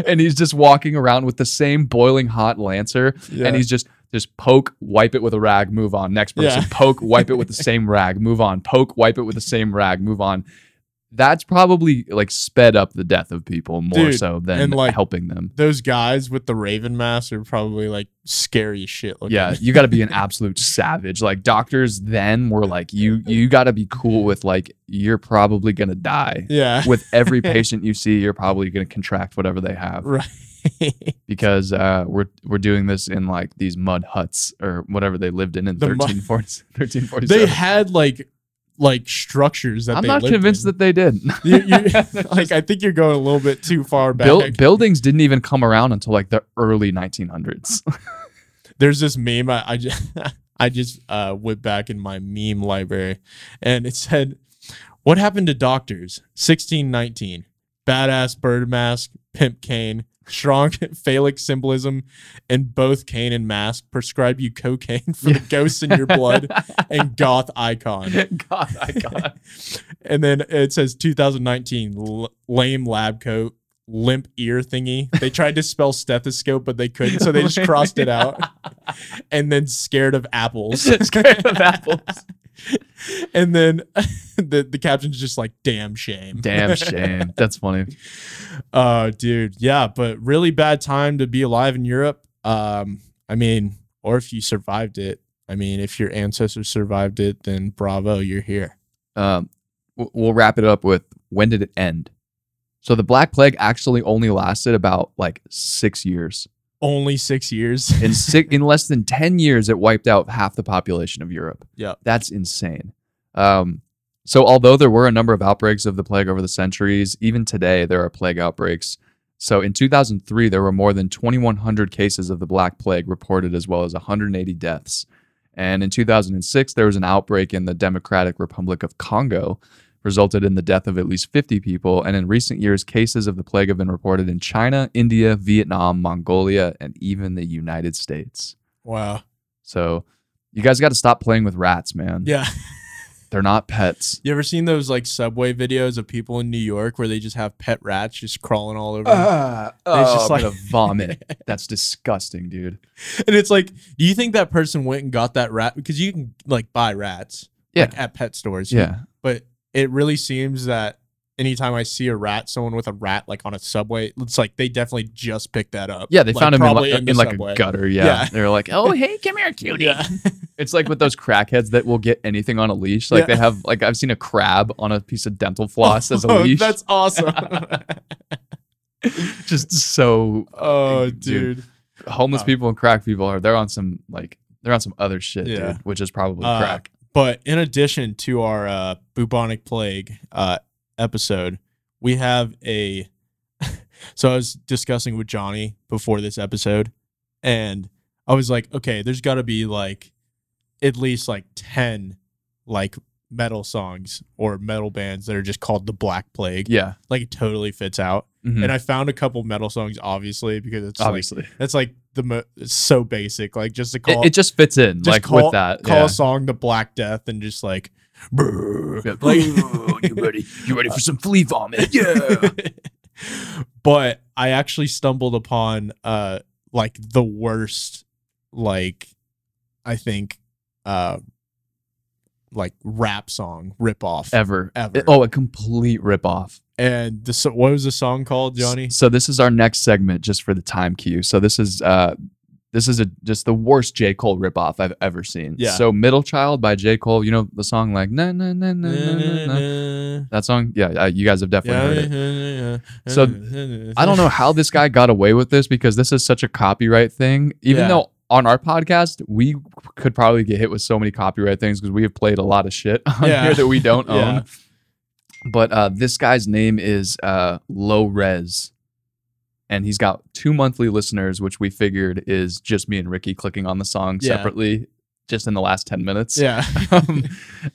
[SPEAKER 1] and he's just walking around with the same boiling hot lancer,
[SPEAKER 4] Yeah.
[SPEAKER 1] and he's just just poke, wipe it with a rag, move on. Next person,
[SPEAKER 4] Yeah.
[SPEAKER 1] poke, wipe it with the same rag, move on. Poke, wipe it with the same rag, move on. That's probably like sped up the death of people more
[SPEAKER 4] Dude,
[SPEAKER 1] so than
[SPEAKER 4] and, like-
[SPEAKER 1] helping them.
[SPEAKER 4] those guys with the raven mask are probably like scary as shit looking.
[SPEAKER 1] Yeah, you got to be an absolute savage. Like doctors then were like, you you got to be cool with like you're probably gonna die.
[SPEAKER 4] Yeah.
[SPEAKER 1] With every patient you see, you're probably gonna contract whatever they have.
[SPEAKER 4] Right.
[SPEAKER 1] because uh, we're we're doing this in like these mud huts or whatever they lived in in
[SPEAKER 4] The mud-
[SPEAKER 1] 1340s, 1347.
[SPEAKER 4] they had like like structures that
[SPEAKER 1] I'm
[SPEAKER 4] they
[SPEAKER 1] not
[SPEAKER 4] lived
[SPEAKER 1] convinced
[SPEAKER 4] in.
[SPEAKER 1] that they did.
[SPEAKER 4] You- you- like I think you're going a little bit too far back.
[SPEAKER 1] Buil- buildings didn't even come around until like the early 1900s.
[SPEAKER 4] There's this meme I, I just I just uh, went back in my meme library, and it said, "What happened to doctors? 1619, badass bird mask, pimp cane." Strong phallic symbolism and both cane and mask prescribe you cocaine for the ghosts in your blood and goth icon.
[SPEAKER 1] God, I got
[SPEAKER 4] And then it says 2019 l- lame lab coat, limp ear thingy. They tried to spell stethoscope, but they couldn't, so they just crossed it out. And then scared of apples.
[SPEAKER 1] scared of apples.
[SPEAKER 4] And then the the caption's just like, damn shame.
[SPEAKER 1] Damn shame. That's funny.
[SPEAKER 4] Uh, dude, yeah, but really bad time to be alive in Europe. Um, I mean, or if you survived it. I mean, if your ancestors survived it, then bravo, you're here.
[SPEAKER 1] Um, w- we'll wrap it up with when did it end? So the Black Plague actually only lasted about like six years.
[SPEAKER 4] Only six years.
[SPEAKER 1] in six, in less than 10 years it wiped out half the population of europe
[SPEAKER 4] Yeah.
[SPEAKER 1] that's insane um, so although there were a number of outbreaks of the plague over the centuries even today there are plague outbreaks so in 2003 there were more than 2100 cases of the black plague reported as well as 180 deaths and in 2006 there was an outbreak in the democratic republic of congo resulted in the death of at least 50 people and in recent years cases of the plague have been reported in china india vietnam mongolia and even the united states
[SPEAKER 4] Wow.
[SPEAKER 1] so you guys got to stop playing with rats, man.
[SPEAKER 4] Yeah.
[SPEAKER 1] They're not pets.
[SPEAKER 4] You ever seen those like subway videos of people in New York where they just have pet rats just crawling all over? them?
[SPEAKER 1] it's
[SPEAKER 4] oh,
[SPEAKER 1] just
[SPEAKER 4] I'm
[SPEAKER 1] like a
[SPEAKER 4] gonna
[SPEAKER 1] vomit. That's disgusting, dude.
[SPEAKER 4] and it's like, do you think that person went and got that rat because you can like buy rats
[SPEAKER 1] Yeah.
[SPEAKER 4] like, at pet stores?
[SPEAKER 1] Yeah.
[SPEAKER 4] But it really seems that anytime I see a rat, someone with a rat like on a subway, it's like they definitely just picked that up.
[SPEAKER 1] Yeah, they
[SPEAKER 4] Like,
[SPEAKER 1] found him in,
[SPEAKER 4] probably
[SPEAKER 1] li- in
[SPEAKER 4] the
[SPEAKER 1] like
[SPEAKER 4] subway.
[SPEAKER 1] a gutter. Yeah.
[SPEAKER 4] Yeah.
[SPEAKER 1] They were like, oh, hey, come here, cutie.
[SPEAKER 4] Yeah.
[SPEAKER 1] It's like with those crackheads that will get anything on a leash. Like
[SPEAKER 4] Yeah.
[SPEAKER 1] they have, like I've seen a crab on a piece of dental floss as a
[SPEAKER 4] Oh,
[SPEAKER 1] leash.
[SPEAKER 4] That's awesome.
[SPEAKER 1] just so
[SPEAKER 4] oh,
[SPEAKER 1] Dude.
[SPEAKER 4] dude.
[SPEAKER 1] homeless
[SPEAKER 4] Uh,
[SPEAKER 1] people and crack people are. They're on some like they're on some other shit,
[SPEAKER 4] Yeah.
[SPEAKER 1] dude, which is probably
[SPEAKER 4] Uh,
[SPEAKER 1] crack.
[SPEAKER 4] But in addition to our uh, bubonic plague uh, episode, we have a. so I was discussing with Johnny before this episode, and I was like, okay, there's got to be like at least like 10 like metal songs or metal bands that are just called the Black Plague.
[SPEAKER 1] Yeah,
[SPEAKER 4] Like it totally fits out.
[SPEAKER 1] Mhm.
[SPEAKER 4] And I found a couple metal songs, obviously, because it's
[SPEAKER 1] obviously,
[SPEAKER 4] like, that's like the mo- it's so basic. Like just to
[SPEAKER 1] It-
[SPEAKER 4] call
[SPEAKER 1] it, just fits in
[SPEAKER 4] just
[SPEAKER 1] like
[SPEAKER 4] call-
[SPEAKER 1] with that.
[SPEAKER 4] call
[SPEAKER 1] yeah.
[SPEAKER 4] a song the Black Death and just like, brrr,
[SPEAKER 1] Yeah.
[SPEAKER 4] like
[SPEAKER 1] Ooh, you ready? You ready for some flea vomit? Yeah.
[SPEAKER 4] but I actually stumbled upon uh like the worst like I think uh like rap song ripoff ever.
[SPEAKER 1] Ever.
[SPEAKER 4] ever.
[SPEAKER 1] oh, a complete ripoff.
[SPEAKER 4] And the so- what was the song called, Johnny?
[SPEAKER 1] So this is our next segment, just for the time cue. So this is uh, this is a just the worst J Cole ripoff I've ever seen.
[SPEAKER 4] Yeah.
[SPEAKER 1] So Middle Child by J Cole. You know the song like na na na na na na. That song, yeah, uh, you guys have definitely heard it. So, I don't know how this guy got away with this because this is such a copyright thing. Even
[SPEAKER 4] Yeah.
[SPEAKER 1] though on our podcast we could probably get hit with so many copyright things because we have played a lot of shit on
[SPEAKER 4] Yeah.
[SPEAKER 1] here that we don't own.
[SPEAKER 4] Yeah.
[SPEAKER 1] But uh, this guy's name is uh, Low Res, and he's got two monthly listeners, which we figured is just me and Ricky clicking on the song
[SPEAKER 4] Yeah.
[SPEAKER 1] separately, just in the last ten minutes.
[SPEAKER 4] Yeah.
[SPEAKER 1] Um,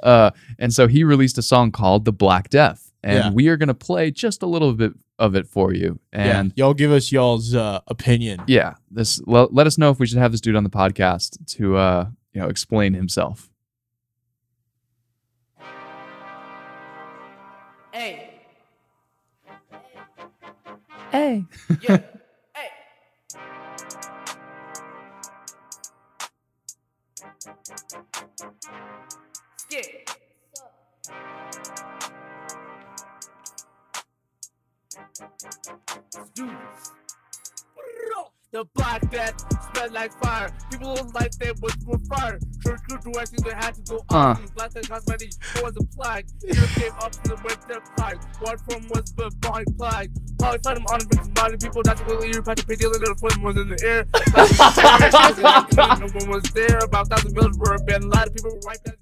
[SPEAKER 1] uh, and so he released a song called "The Black Death," and
[SPEAKER 4] Yeah.
[SPEAKER 1] we are gonna play just a little bit of it for you. And
[SPEAKER 4] yeah. Y'all give us y'all's uh, opinion.
[SPEAKER 1] yeah, this le- let us know if we should have this dude on the podcast to uh, you know explain himself.
[SPEAKER 5] Hey.
[SPEAKER 1] Hey,
[SPEAKER 5] Yeah. hey. Skip. Let's do this. The black death spread like fire. People don't like them was were fired. Church grew to where they had to go
[SPEAKER 1] Uh.
[SPEAKER 5] on. Black death caused many was a plague. Here came up to the west their plague. One form was the body plague. Probably find them on the victim body. People not to believe you had to pay dealing the phone was in the air. no one was there. About thousand bills were abandoned. A lot of people were wiped out.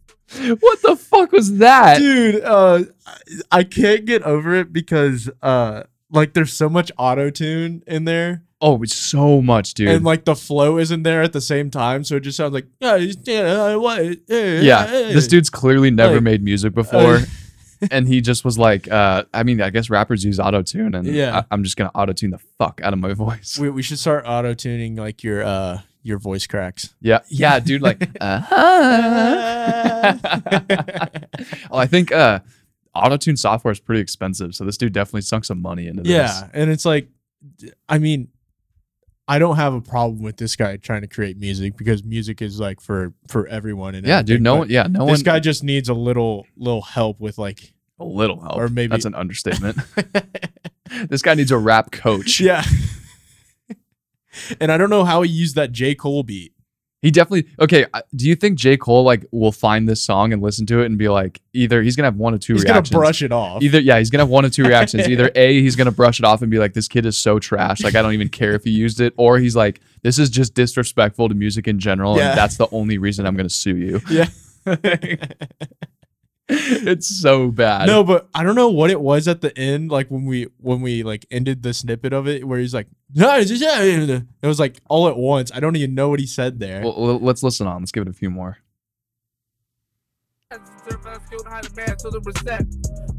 [SPEAKER 1] what the fuck was that?
[SPEAKER 4] dude uh i can't get over it because uh like there's so much auto tune in there
[SPEAKER 1] Oh, it's so much, dude.
[SPEAKER 4] and like the flow isn't there at the same time so it just sounds like yeah
[SPEAKER 1] yeah, this dude's clearly never
[SPEAKER 4] Like- uh,
[SPEAKER 1] made music before. and he just was like, uh, I mean, I guess rappers use auto tune, and
[SPEAKER 4] Yeah.
[SPEAKER 1] I- I'm just gonna auto tune the fuck out of my voice.
[SPEAKER 4] we, we should start auto tuning like your uh your voice cracks
[SPEAKER 1] Yeah, yeah, dude. Like, uh-huh. well, I think uh, auto-tune software is pretty expensive, so this dude definitely sunk some money into this.
[SPEAKER 4] yeah and it's like i mean i don't have a problem with this guy trying to create music because music is like for for everyone and
[SPEAKER 1] yeah, dude.
[SPEAKER 4] everything,
[SPEAKER 1] No
[SPEAKER 4] but-
[SPEAKER 1] one, yeah, no
[SPEAKER 4] this
[SPEAKER 1] one.
[SPEAKER 4] guy just needs a little little help with like
[SPEAKER 1] a little help,
[SPEAKER 4] or maybe-
[SPEAKER 1] that's an understatement. this guy needs a rap coach.
[SPEAKER 4] yeah and i don't know how he used that j cole beat
[SPEAKER 1] He definitely. Okay, I- do you think J Cole like will find this song and listen to it and be like, either he's gonna have one of two
[SPEAKER 4] he's gonna
[SPEAKER 1] reactions.
[SPEAKER 4] brush it off
[SPEAKER 1] Either yeah, he's gonna have one of two reactions. Either A, he's gonna brush it off and be like, "This kid is so trash. Like I don't even care if he used it," or he's like, "This is just disrespectful to music in general,
[SPEAKER 4] Yeah.
[SPEAKER 1] and that's the only reason I'm gonna sue you."
[SPEAKER 4] yeah
[SPEAKER 1] it's so bad.
[SPEAKER 4] no but i don't know what it was at the end like when we when we like ended the snippet of it where he's like no it's just- yeah, yeah, yeah." it was like all at once i don't even know what he said there
[SPEAKER 1] Well, l- let's listen on. Let's give it a few more.
[SPEAKER 5] As deserve us killed high demand till the reset.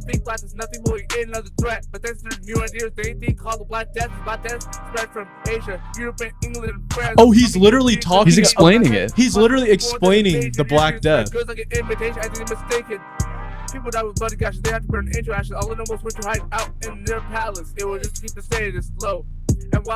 [SPEAKER 5] Big black is nothing more than another threat. But thanks to the new ideas, they think called the black death is about death spread from Asia, Europe, and England, and France.
[SPEAKER 4] Oh, he's literally talking-
[SPEAKER 1] He's explaining it.
[SPEAKER 4] He's literally explaining the Black Death.
[SPEAKER 5] Goes like an invitation, I think they're mistaken. People die with bloody gashes, they have to burn angel ashes. All in almost went to hide out in their palace. It was just keep the status low.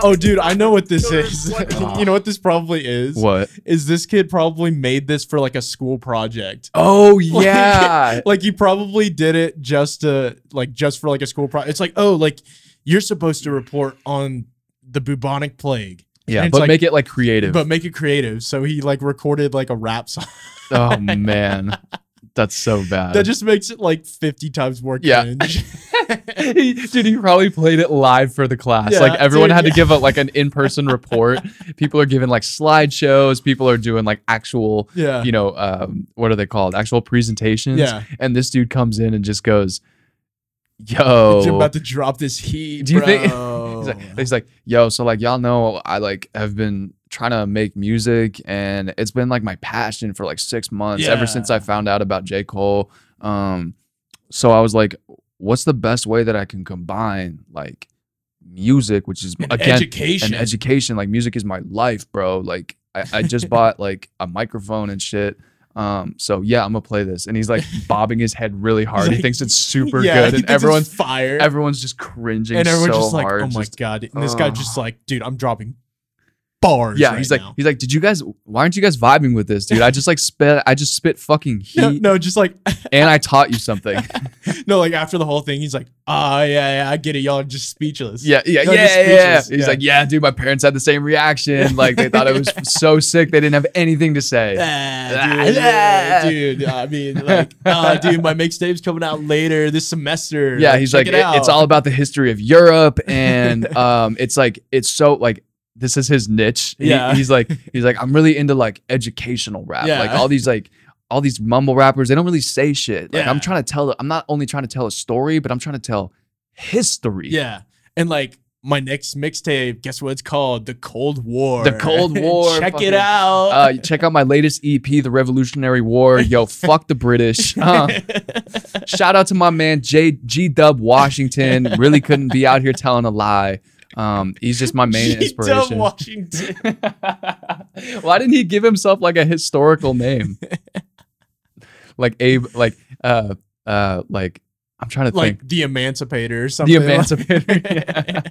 [SPEAKER 4] Oh, dude, I know what this is. you know what this probably is?
[SPEAKER 1] What?
[SPEAKER 4] Is this kid probably made this for like a school project?
[SPEAKER 1] Oh
[SPEAKER 4] Like-
[SPEAKER 1] yeah.
[SPEAKER 4] Like he probably did it just to like just for like a school project. It's like, oh, like you're supposed to report on the bubonic plague. And
[SPEAKER 1] yeah,
[SPEAKER 4] it's
[SPEAKER 1] but
[SPEAKER 4] like-
[SPEAKER 1] make it like creative.
[SPEAKER 4] But make it creative. So he like recorded like a rap song.
[SPEAKER 1] oh man. That's so bad.
[SPEAKER 4] that just makes it like 50 times more
[SPEAKER 1] Yeah.
[SPEAKER 4] cringe.
[SPEAKER 1] He- dude, he probably played it live for the class.
[SPEAKER 4] Yeah,
[SPEAKER 1] like everyone
[SPEAKER 4] dude,
[SPEAKER 1] had to
[SPEAKER 4] yeah.
[SPEAKER 1] give up like an in-person report. People are giving like slideshows. People are doing like actual,
[SPEAKER 4] yeah.
[SPEAKER 1] you know, um, what are they called? Actual presentations.
[SPEAKER 4] yeah.
[SPEAKER 1] And this dude comes in and just goes, "Yo,
[SPEAKER 4] I'm about to drop this heat.
[SPEAKER 1] Oh. Do you
[SPEAKER 4] bro.
[SPEAKER 1] think- He's
[SPEAKER 4] Oh.
[SPEAKER 1] like, he's like, yo, so like y'all know I like have been trying to make music and it's been like my passion for like six months
[SPEAKER 4] Yeah.
[SPEAKER 1] ever since I found out about J. Cole. Um, so I was like, what's the best way that I can combine like music, which is
[SPEAKER 4] And
[SPEAKER 1] again
[SPEAKER 4] education.
[SPEAKER 1] and education. Like music is my life, bro. Like I, I just bought like a microphone and shit. Um, so yeah, I'm gonna play this. And he's like bobbing his head really hard. he
[SPEAKER 4] like,
[SPEAKER 1] thinks it's super
[SPEAKER 4] Yeah,
[SPEAKER 1] good.
[SPEAKER 4] he thinks
[SPEAKER 1] And
[SPEAKER 4] it's
[SPEAKER 1] everyone's
[SPEAKER 4] fire.
[SPEAKER 1] everyone's just cringing.
[SPEAKER 4] and everyone's
[SPEAKER 1] so
[SPEAKER 4] just like,
[SPEAKER 1] hard,
[SPEAKER 4] "Oh my
[SPEAKER 1] just-
[SPEAKER 4] god!" And this guy
[SPEAKER 1] ugh.
[SPEAKER 4] just like, "Dude, I'm dropping bars."
[SPEAKER 1] Yeah,
[SPEAKER 4] right
[SPEAKER 1] he's like,
[SPEAKER 4] now."
[SPEAKER 1] he's like, did you guys? Why aren't you guys vibing with this, dude? I just like spit, I just spit fucking heat,
[SPEAKER 4] no, no, just like,
[SPEAKER 1] and I taught you something.
[SPEAKER 4] no, like after the whole thing, he's like, "Ah, yeah, yeah, I get it. Y'all are just speechless."
[SPEAKER 1] yeah, yeah,
[SPEAKER 4] No,
[SPEAKER 1] yeah,
[SPEAKER 4] just
[SPEAKER 1] yeah, yeah.
[SPEAKER 4] speechless,
[SPEAKER 1] He's
[SPEAKER 4] yeah.
[SPEAKER 1] like, yeah, dude, my parents had the same reaction. Like they thought it was so sick, they didn't have anything to say.
[SPEAKER 4] Ah, dude, yeah, dude. I mean, like, ah, dude, my mixtape's coming out later this semester.
[SPEAKER 1] Yeah, he's
[SPEAKER 4] check
[SPEAKER 1] like,
[SPEAKER 4] it
[SPEAKER 1] "It-
[SPEAKER 4] out."
[SPEAKER 1] it's all about the history of Europe, and um, it's like, it's so like. This is his niche. He-
[SPEAKER 4] Yeah.
[SPEAKER 1] he's like, he's like, I'm really into like educational rap.
[SPEAKER 4] Yeah.
[SPEAKER 1] Like all these like all these mumble rappers, they don't really say shit. Like
[SPEAKER 4] Yeah.
[SPEAKER 1] I'm trying to tell I'm not only trying to tell a story, but I'm trying to tell history.
[SPEAKER 4] yeah, and like. My next mixtape, guess what it's called? The Cold War.
[SPEAKER 1] The Cold War,
[SPEAKER 4] Check
[SPEAKER 1] fucking-
[SPEAKER 4] it out.
[SPEAKER 1] uh, check out my latest EP, The Revolutionary War. Yo, fuck the British. Uh, shout out to my man J G Dub Washington. Really couldn't be out here telling a lie. Um, he's just my main
[SPEAKER 4] G-Dub
[SPEAKER 1] inspiration.
[SPEAKER 4] Washington.
[SPEAKER 1] Why didn't he give himself like a historical name? like Abe, like uh uh like I'm trying to
[SPEAKER 4] like
[SPEAKER 1] think.
[SPEAKER 4] the Emancipator or
[SPEAKER 1] The
[SPEAKER 4] something.
[SPEAKER 1] Emancipator.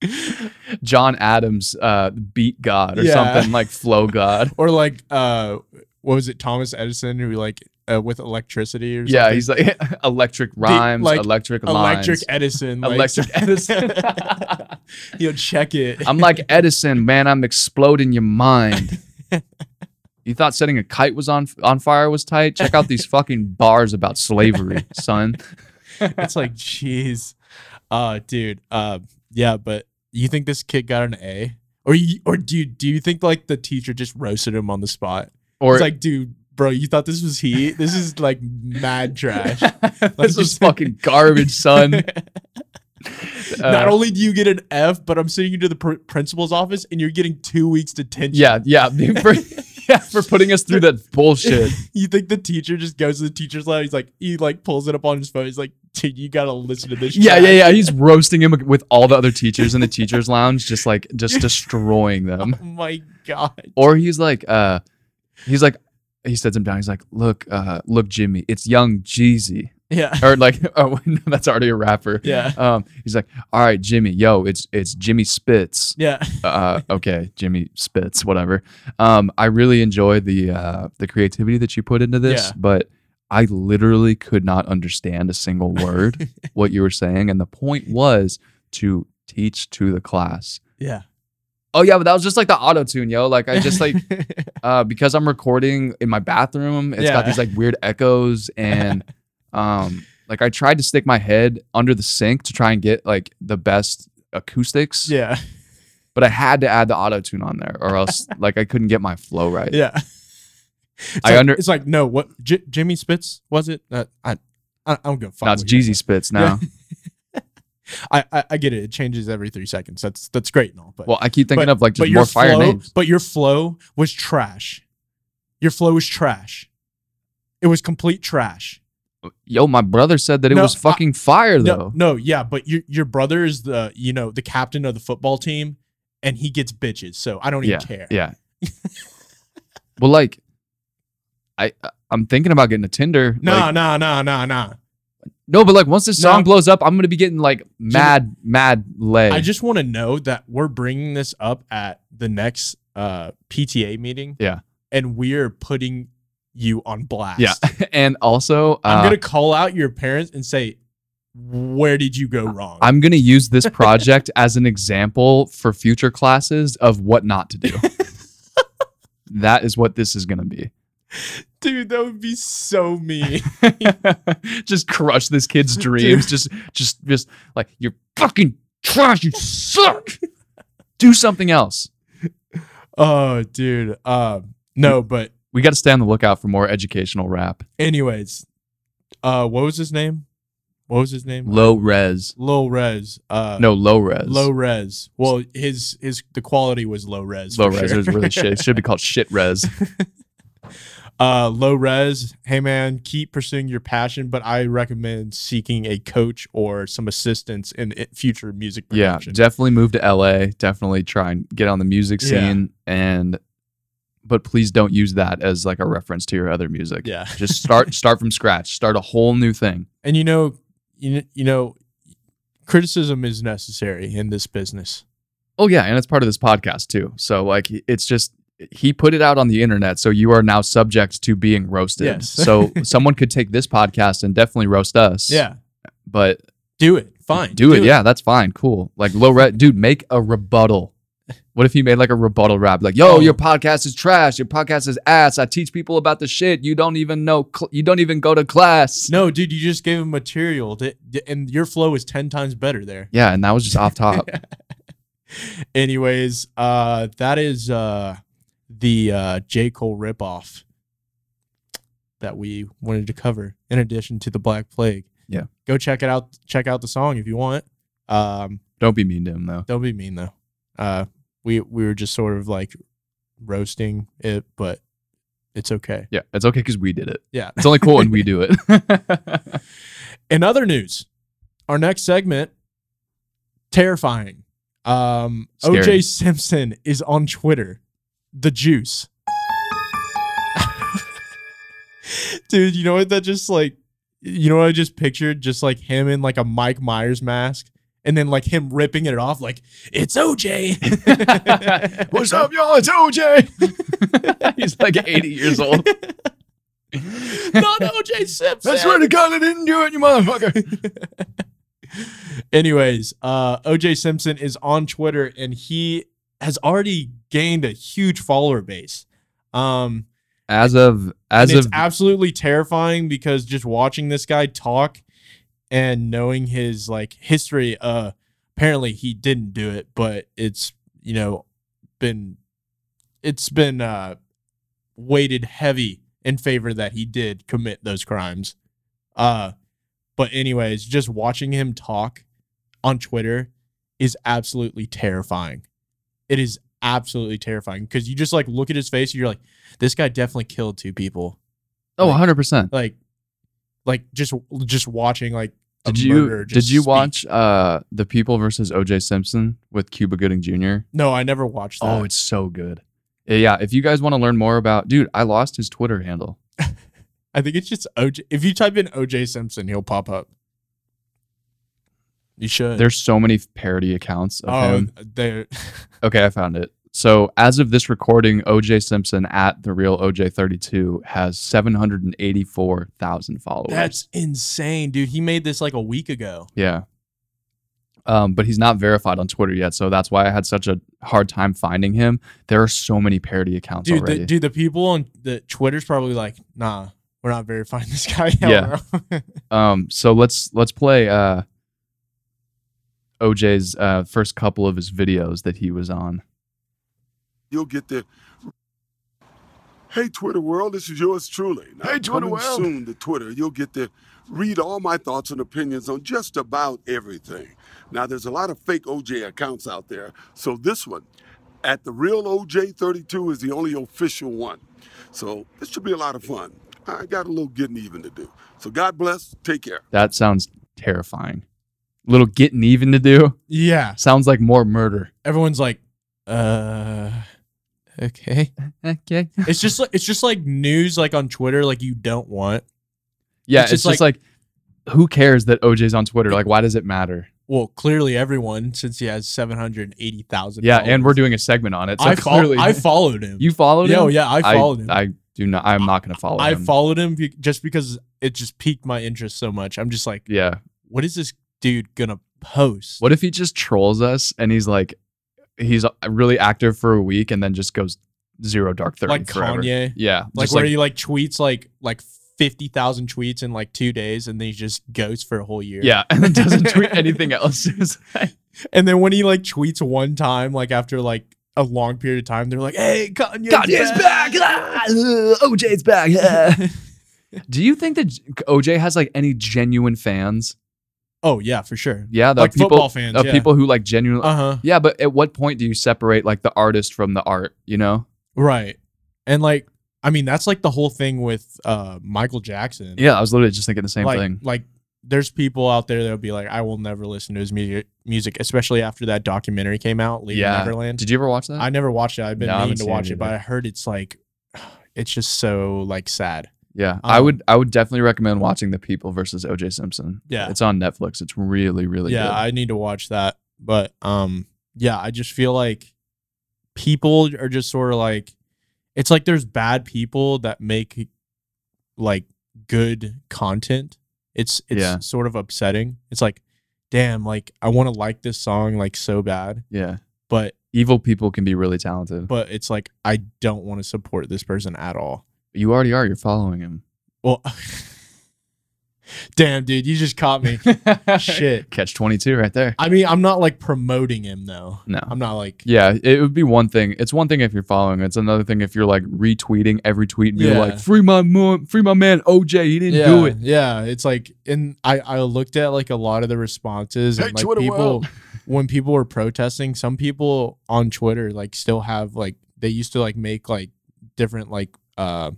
[SPEAKER 1] yeah. John Adams uh beat God or
[SPEAKER 4] Yeah.
[SPEAKER 1] something like flow God.
[SPEAKER 4] or like uh what was it Thomas Edison who like uh, with electricity or
[SPEAKER 1] Yeah,
[SPEAKER 4] something?
[SPEAKER 1] he's like electric rhymes,
[SPEAKER 4] like,
[SPEAKER 1] electric lines.
[SPEAKER 4] electric Edison like-
[SPEAKER 1] Electric Edison.
[SPEAKER 4] he'll check it
[SPEAKER 1] I'm like Edison, man. I'm exploding your mind. You thought setting a kite was on on fire was tight? Check out these fucking bars about slavery, son.
[SPEAKER 4] it's like jeez uh dude uh yeah but you think this kid got an A or you, or do you, do you think like the teacher just roasted him on the spot
[SPEAKER 1] Or
[SPEAKER 4] it's like dude bro you thought this was heat this is like mad trash
[SPEAKER 1] this is fucking garbage, son.
[SPEAKER 4] Not
[SPEAKER 1] Uh,
[SPEAKER 4] only do you get an F, but I'm sending you to the pr- principal's office and you're getting two weeks detention.
[SPEAKER 1] yeah, yeah, for, yeah, for putting us through that bullshit.
[SPEAKER 4] You think the teacher just goes to the teacher's lab? He's like, he like pulls it up on his phone. He's like, dude, you gotta listen to this.
[SPEAKER 1] Yeah,
[SPEAKER 4] trash."
[SPEAKER 1] yeah, yeah. He's roasting him with all the other teachers in the teachers' lounge, just like just destroying them.
[SPEAKER 4] Oh my god.
[SPEAKER 1] or he's like uh he's like he sets him down he's like look uh look jimmy it's young jeezy
[SPEAKER 4] Yeah.
[SPEAKER 1] or like oh no, that's already a rapper
[SPEAKER 4] Yeah.
[SPEAKER 1] um he's like all right jimmy yo it's it's jimmy spitz
[SPEAKER 4] Yeah.
[SPEAKER 1] uh okay jimmy spitz whatever um i really enjoy the uh the creativity that you put into this
[SPEAKER 4] Yeah.
[SPEAKER 1] but i literally could not understand a single word what you were saying and the point was to teach to the class
[SPEAKER 4] Yeah.
[SPEAKER 1] oh yeah but that was just like the auto tune yo like i just like uh, because I'm recording in my bathroom. It's got
[SPEAKER 4] Yeah.
[SPEAKER 1] these like weird echoes and um, like I tried to stick my head under the sink to try and get like the best acoustics,
[SPEAKER 4] yeah.
[SPEAKER 1] but I had to add the auto tune on there or else like I couldn't get my flow right.
[SPEAKER 4] Yeah. It's
[SPEAKER 1] I
[SPEAKER 4] like,
[SPEAKER 1] under-
[SPEAKER 4] It's like no. What J- Jimmy Spitz was it? Uh, I, I I don't go.
[SPEAKER 1] Now it's Jeezy spits now.
[SPEAKER 4] I, I I get it. It changes every three seconds. That's that's great and all. But
[SPEAKER 1] Well, I keep thinking of like
[SPEAKER 4] but
[SPEAKER 1] just more fire
[SPEAKER 4] flow,
[SPEAKER 1] names.
[SPEAKER 4] But your flow was trash. Your flow was trash. It was complete trash.
[SPEAKER 1] Yo, my brother said that it
[SPEAKER 4] No,
[SPEAKER 1] was
[SPEAKER 4] I-
[SPEAKER 1] fucking fire
[SPEAKER 4] No,
[SPEAKER 1] though.
[SPEAKER 4] no, yeah, but your your brother is the you know the captain of the football team, and he gets bitches. So I don't even care.
[SPEAKER 1] Yeah. well, like I I'm thinking about getting a Tinder.
[SPEAKER 4] No,
[SPEAKER 1] like,
[SPEAKER 4] no, no, no, no.
[SPEAKER 1] No, but like once this
[SPEAKER 4] No.
[SPEAKER 1] song blows up, I'm gonna be getting like mad, mad lay.
[SPEAKER 4] I just want to know that we're bringing this up at the next uh, PTA meeting.
[SPEAKER 1] Yeah.
[SPEAKER 4] And we're putting you on blast.
[SPEAKER 1] yeah, and also
[SPEAKER 4] I'm
[SPEAKER 1] uh,
[SPEAKER 4] going to call out your parents and say, where did you go wrong?
[SPEAKER 1] I'm gonna use this project as an example for future classes of what not to do. that is what this is gonna be.
[SPEAKER 4] Dude, that would be so mean.
[SPEAKER 1] just crush this kid's dreams. Just, just, just like you're fucking trash. You suck. do something else.
[SPEAKER 4] oh, dude. Um, no, but
[SPEAKER 1] We got to stay on the lookout for more educational rap.
[SPEAKER 4] anyways, uh, what was his name? What was his name?
[SPEAKER 1] Low res.
[SPEAKER 4] Lil Rez. Uh,
[SPEAKER 1] No, low res.
[SPEAKER 4] Low res. Well, his his the quality was low res.
[SPEAKER 1] low
[SPEAKER 4] for
[SPEAKER 1] res.
[SPEAKER 4] sure.
[SPEAKER 1] It was really shit. It should be called shit res.
[SPEAKER 4] Uh, low res. Hey man, keep pursuing your passion, but I recommend seeking a coach or some assistance in i- future music
[SPEAKER 1] Yeah,
[SPEAKER 4] production.
[SPEAKER 1] definitely move to LA. Definitely try and get on the music
[SPEAKER 4] Yeah.
[SPEAKER 1] scene and but please don't use that as like a reference to your other music.
[SPEAKER 4] Yeah.
[SPEAKER 1] Just start start from scratch. Start a whole new thing.
[SPEAKER 4] And you know, you kn- you know, criticism is necessary in this business.
[SPEAKER 1] Oh yeah, and it's part of this podcast too. So like it's just he put it out on the internet, so you are now subject to being roasted.
[SPEAKER 4] Yes.
[SPEAKER 1] so someone could take this podcast and definitely roast us.
[SPEAKER 4] Yeah,
[SPEAKER 1] But
[SPEAKER 4] do it. Fine.
[SPEAKER 1] do, it. Yeah, that's fine. Cool. Like low red dude, make a rebuttal. What if he made like a rebuttal rap? Like, yo,
[SPEAKER 4] Oh.
[SPEAKER 1] your podcast is trash. Your podcast is ass. I teach people about the shit. You don't even know. Cl- you don't even go to class.
[SPEAKER 4] No, dude, you just gave him material, to, and your flow is ten times better there.
[SPEAKER 1] Yeah, and that was just off top.
[SPEAKER 4] Anyways, uh, that is uh, the uh, J. Cole ripoff that we wanted to cover in addition to the Black Plague.
[SPEAKER 1] Yeah.
[SPEAKER 4] Go check it out. Check out the song if you want. Um,
[SPEAKER 1] don't be mean to him though.
[SPEAKER 4] don't be mean though. Uh, we we were just sort of like roasting it, but it's okay.
[SPEAKER 1] Yeah, it's okay because we did it.
[SPEAKER 4] Yeah.
[SPEAKER 1] It's only cool when we do it.
[SPEAKER 4] In other news, our next segment, terrifying. Um,
[SPEAKER 1] Scary.
[SPEAKER 4] OJ Simpson is on Twitter, the juice. Dude, you know what? That just like, you know what I just pictured? Just like him in like a Mike Myers mask and then like him ripping it off, like, it's OJ.
[SPEAKER 1] What's up, y'all? It's OJ. He's like 80 years old.
[SPEAKER 4] Not OJ Simpson.
[SPEAKER 1] I swear to God, I didn't do it, you motherfucker.
[SPEAKER 4] Anyways, uh, OJ Simpson is on Twitter and he has already gained a huge follower base. Um,
[SPEAKER 1] As of as
[SPEAKER 4] and it's
[SPEAKER 1] of
[SPEAKER 4] absolutely terrifying because just watching this guy talk and knowing his like history, uh, apparently he didn't do it, but it's you know been it's been uh weighted heavy in favor that he did commit those crimes. Uh, but anyways, just watching him talk on Twitter is absolutely terrifying. It is absolutely terrifying because you just like look at his face and you're like, this guy definitely killed two people.
[SPEAKER 1] oh 100 percent.
[SPEAKER 4] Like, like just just watching like a
[SPEAKER 1] Did you
[SPEAKER 4] murderer just
[SPEAKER 1] did you
[SPEAKER 4] speak.
[SPEAKER 1] watch uh the People versus O.J. Simpson with Cuba Gooding Jr.
[SPEAKER 4] No, I never watched that.
[SPEAKER 1] Oh, it's so good. Yeah, if you guys want to learn more about, dude, I lost his Twitter handle.
[SPEAKER 4] I think it's just OJ. If you type in OJ Simpson, he'll pop up. You should.
[SPEAKER 1] There's so many parody accounts of
[SPEAKER 4] oh,
[SPEAKER 1] him.
[SPEAKER 4] there.
[SPEAKER 1] Okay, I found it. So as of this recording, OJ Simpson at the real OJ32 has 784,000 followers.
[SPEAKER 4] That's insane, dude. He made this like a week ago.
[SPEAKER 1] Yeah. Um, but he's not verified on Twitter yet, so that's why I had such a hard time finding him. There are so many parody accounts
[SPEAKER 4] dude,
[SPEAKER 1] already.
[SPEAKER 4] the, dude, the people on the Twitter's probably like, nah, we're not verifying this guy.
[SPEAKER 1] Yeah. Um, so let's let's play uh, OJ's uh, first couple of his videos that he was on.
[SPEAKER 6] You'll get there. Hey, Twitter world, this is yours truly. Now,
[SPEAKER 7] Hey, Twitter
[SPEAKER 6] coming
[SPEAKER 7] world.
[SPEAKER 6] Soon to Twitter, you'll get to read all my thoughts and opinions on just about everything. Now, there's a lot of fake OJ accounts out there, so this one, at the real OJ32, is the only official one. So this should be a lot of fun. I got a little getting even to do. So God bless. Take care.
[SPEAKER 1] That sounds terrifying. Little getting even to do
[SPEAKER 4] yeah.
[SPEAKER 1] sounds like more murder.
[SPEAKER 4] Everyone's like, uh, okay.
[SPEAKER 1] Okay.
[SPEAKER 4] it's just like it's just like news like on Twitter like you don't want.
[SPEAKER 1] Yeah,
[SPEAKER 4] It's
[SPEAKER 1] it's,
[SPEAKER 4] just
[SPEAKER 1] just like, who cares that OJ's on Twitter? Like, why does it matter?
[SPEAKER 4] Well, clearly everyone since he has seven hundred eighty thousand.
[SPEAKER 1] Yeah, and we're doing a segment on it. So
[SPEAKER 4] I fol-
[SPEAKER 1] clearly,
[SPEAKER 4] I followed him.
[SPEAKER 1] you followed
[SPEAKER 4] Yeah,
[SPEAKER 1] him.
[SPEAKER 4] oh, yeah, I followed him.
[SPEAKER 1] I do not. I'm not going to follow.
[SPEAKER 4] I
[SPEAKER 1] him.
[SPEAKER 4] followed him be- just because it just piqued my interest so much. I'm just like,
[SPEAKER 1] Yeah.
[SPEAKER 4] what is this dude gonna post?
[SPEAKER 1] What if he just trolls us and he's like, he's uh, really active for a week and then just goes zero dark thirty
[SPEAKER 4] like
[SPEAKER 1] forever.
[SPEAKER 4] Kanye?
[SPEAKER 1] Yeah.
[SPEAKER 4] Like
[SPEAKER 1] just
[SPEAKER 4] where he like tweets like like fifty thousand tweets in like two days, and then he just goes for a whole year.
[SPEAKER 1] yeah, and then doesn't tweet anything else. It's like-
[SPEAKER 4] And then when he like tweets one time, like after like a long period of time, they're like, "Hey, Kanye's,
[SPEAKER 1] Ah, uh, OJ's back. yeah. Do you think that J- OJ has like any genuine fans?
[SPEAKER 4] oh yeah, for sure.
[SPEAKER 1] Yeah, the
[SPEAKER 4] like
[SPEAKER 1] people
[SPEAKER 4] football fans.
[SPEAKER 1] of
[SPEAKER 4] yeah.
[SPEAKER 1] people who like genuinely.
[SPEAKER 4] Uh huh.
[SPEAKER 1] yeah, but at what point do you separate like the artist from the art? You know?
[SPEAKER 4] Right. And like, I mean, that's like the whole thing with uh Michael Jackson.
[SPEAKER 1] Yeah, I was literally just thinking the same
[SPEAKER 4] like,
[SPEAKER 1] thing.
[SPEAKER 4] Like, there's people out there that'll be like, I will never listen to his music, music especially after that documentary came out, Leaving
[SPEAKER 1] Yeah.
[SPEAKER 4] Neverland.
[SPEAKER 1] Did you ever watch that?
[SPEAKER 4] I never watched it. I've been
[SPEAKER 1] No, I
[SPEAKER 4] meaning
[SPEAKER 1] haven't
[SPEAKER 4] to
[SPEAKER 1] seen it
[SPEAKER 4] watch it, but
[SPEAKER 1] either.
[SPEAKER 4] I heard it's like, it's just so like sad.
[SPEAKER 1] yeah, I
[SPEAKER 4] um,
[SPEAKER 1] would. I would definitely recommend watching The People versus OJ Simpson.
[SPEAKER 4] Yeah.
[SPEAKER 1] it's on Netflix. It's really, really
[SPEAKER 4] yeah,
[SPEAKER 1] good.
[SPEAKER 4] I need to watch that. But um, yeah, I just feel like people are just sort of like, it's like there's bad people that make like good content. It's it's
[SPEAKER 1] Yeah.
[SPEAKER 4] sort of upsetting. It's like, damn, like I want to like this song like so bad,
[SPEAKER 1] yeah,
[SPEAKER 4] but
[SPEAKER 1] evil people can be really talented.
[SPEAKER 4] but it's like I don't want to support this person at all.
[SPEAKER 1] you already are. You're following him.
[SPEAKER 4] Well, damn, dude, you just caught me. Shit.
[SPEAKER 1] Catch twenty two right there.
[SPEAKER 4] I mean, I'm not like promoting him though.
[SPEAKER 1] No.
[SPEAKER 4] I'm not like
[SPEAKER 1] Yeah, it would be one thing. It's one thing if you're following. It's another thing if you're like retweeting every tweet and being
[SPEAKER 4] Yeah.
[SPEAKER 1] like, "Free my mom, free my man, OJ. He didn't
[SPEAKER 4] yeah,
[SPEAKER 1] do it."
[SPEAKER 4] Yeah, it's like, and I I looked at like a lot of the responses and
[SPEAKER 6] Hey,
[SPEAKER 4] like
[SPEAKER 6] Twitter
[SPEAKER 4] people
[SPEAKER 6] world.
[SPEAKER 4] when people were protesting, some people on Twitter like still have like they used to like make like different like uh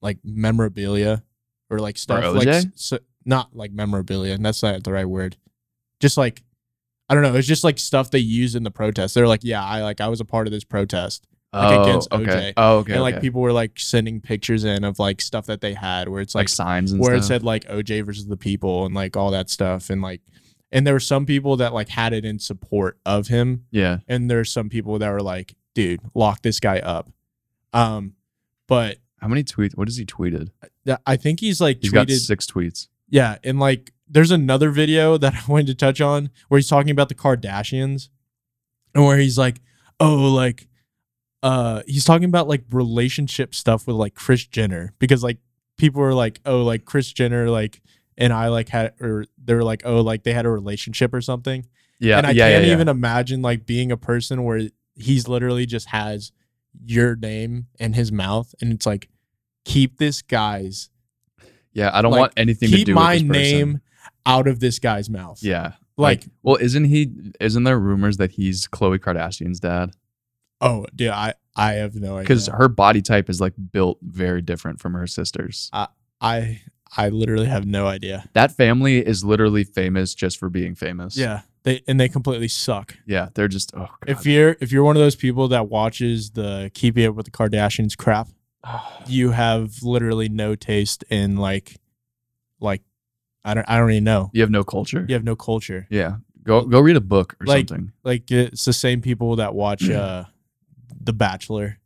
[SPEAKER 4] like memorabilia or like stuff like
[SPEAKER 1] OJ?
[SPEAKER 4] so, not like memorabilia, and that's not the right word. Just like I don't know, it's just like stuff they use in the protest. They're like, yeah, I like I was a part of this protest. Like, against
[SPEAKER 1] okay.
[SPEAKER 4] OJ.
[SPEAKER 1] Oh, okay.
[SPEAKER 4] and like
[SPEAKER 1] okay.
[SPEAKER 4] people were like sending pictures in of like stuff that they had where it's
[SPEAKER 1] like,
[SPEAKER 4] like
[SPEAKER 1] signs and
[SPEAKER 4] where
[SPEAKER 1] stuff.
[SPEAKER 4] it said like OJ versus the people and like all that stuff and like and there were some people that like had it in support of him
[SPEAKER 1] yeah,
[SPEAKER 4] and there's some people that were like dude lock this guy up um but uh,
[SPEAKER 1] how many tweets? What has he tweeted?
[SPEAKER 4] th- I think he's like
[SPEAKER 1] He's got
[SPEAKER 4] tweeted
[SPEAKER 1] six tweets.
[SPEAKER 4] yeah and like there's another video that I wanted to touch on where he's talking about the Kardashians and where he's like oh like uh he's talking about like relationship stuff with like Chris Jenner because like people were like oh like Chris Jenner like and I like had or they were like oh like they had a relationship or something
[SPEAKER 1] Yeah,
[SPEAKER 4] and I
[SPEAKER 1] yeah, yeah,
[SPEAKER 4] can't
[SPEAKER 1] yeah.
[SPEAKER 4] even imagine like being a person where he's literally just has your name in his mouth and it's like keep this guy's
[SPEAKER 1] Yeah, I don't
[SPEAKER 4] like,
[SPEAKER 1] want anything to
[SPEAKER 4] keep
[SPEAKER 1] do
[SPEAKER 4] my
[SPEAKER 1] with this person.
[SPEAKER 4] name out of this guy's mouth.
[SPEAKER 1] Yeah.
[SPEAKER 4] Like,
[SPEAKER 1] well, isn't he? Isn't there rumors that he's Khloe Kardashian's dad?
[SPEAKER 4] oh dude, I I have no idea.
[SPEAKER 1] Because her body type is like built very different from her sister's.
[SPEAKER 4] I I literally have no idea.
[SPEAKER 1] That family is literally famous just for being famous.
[SPEAKER 4] Yeah. They and they completely suck.
[SPEAKER 1] Yeah, they're just oh god.
[SPEAKER 4] If you're if you're one of those people that watches the keeping up with the Kardashians crap, you have literally no taste in like like I don't I don't even know.
[SPEAKER 1] you have no culture.
[SPEAKER 4] You have no culture.
[SPEAKER 1] Yeah. Go go read a book or
[SPEAKER 4] Like-
[SPEAKER 1] something.
[SPEAKER 4] like it's the same people that watch uh the bachelor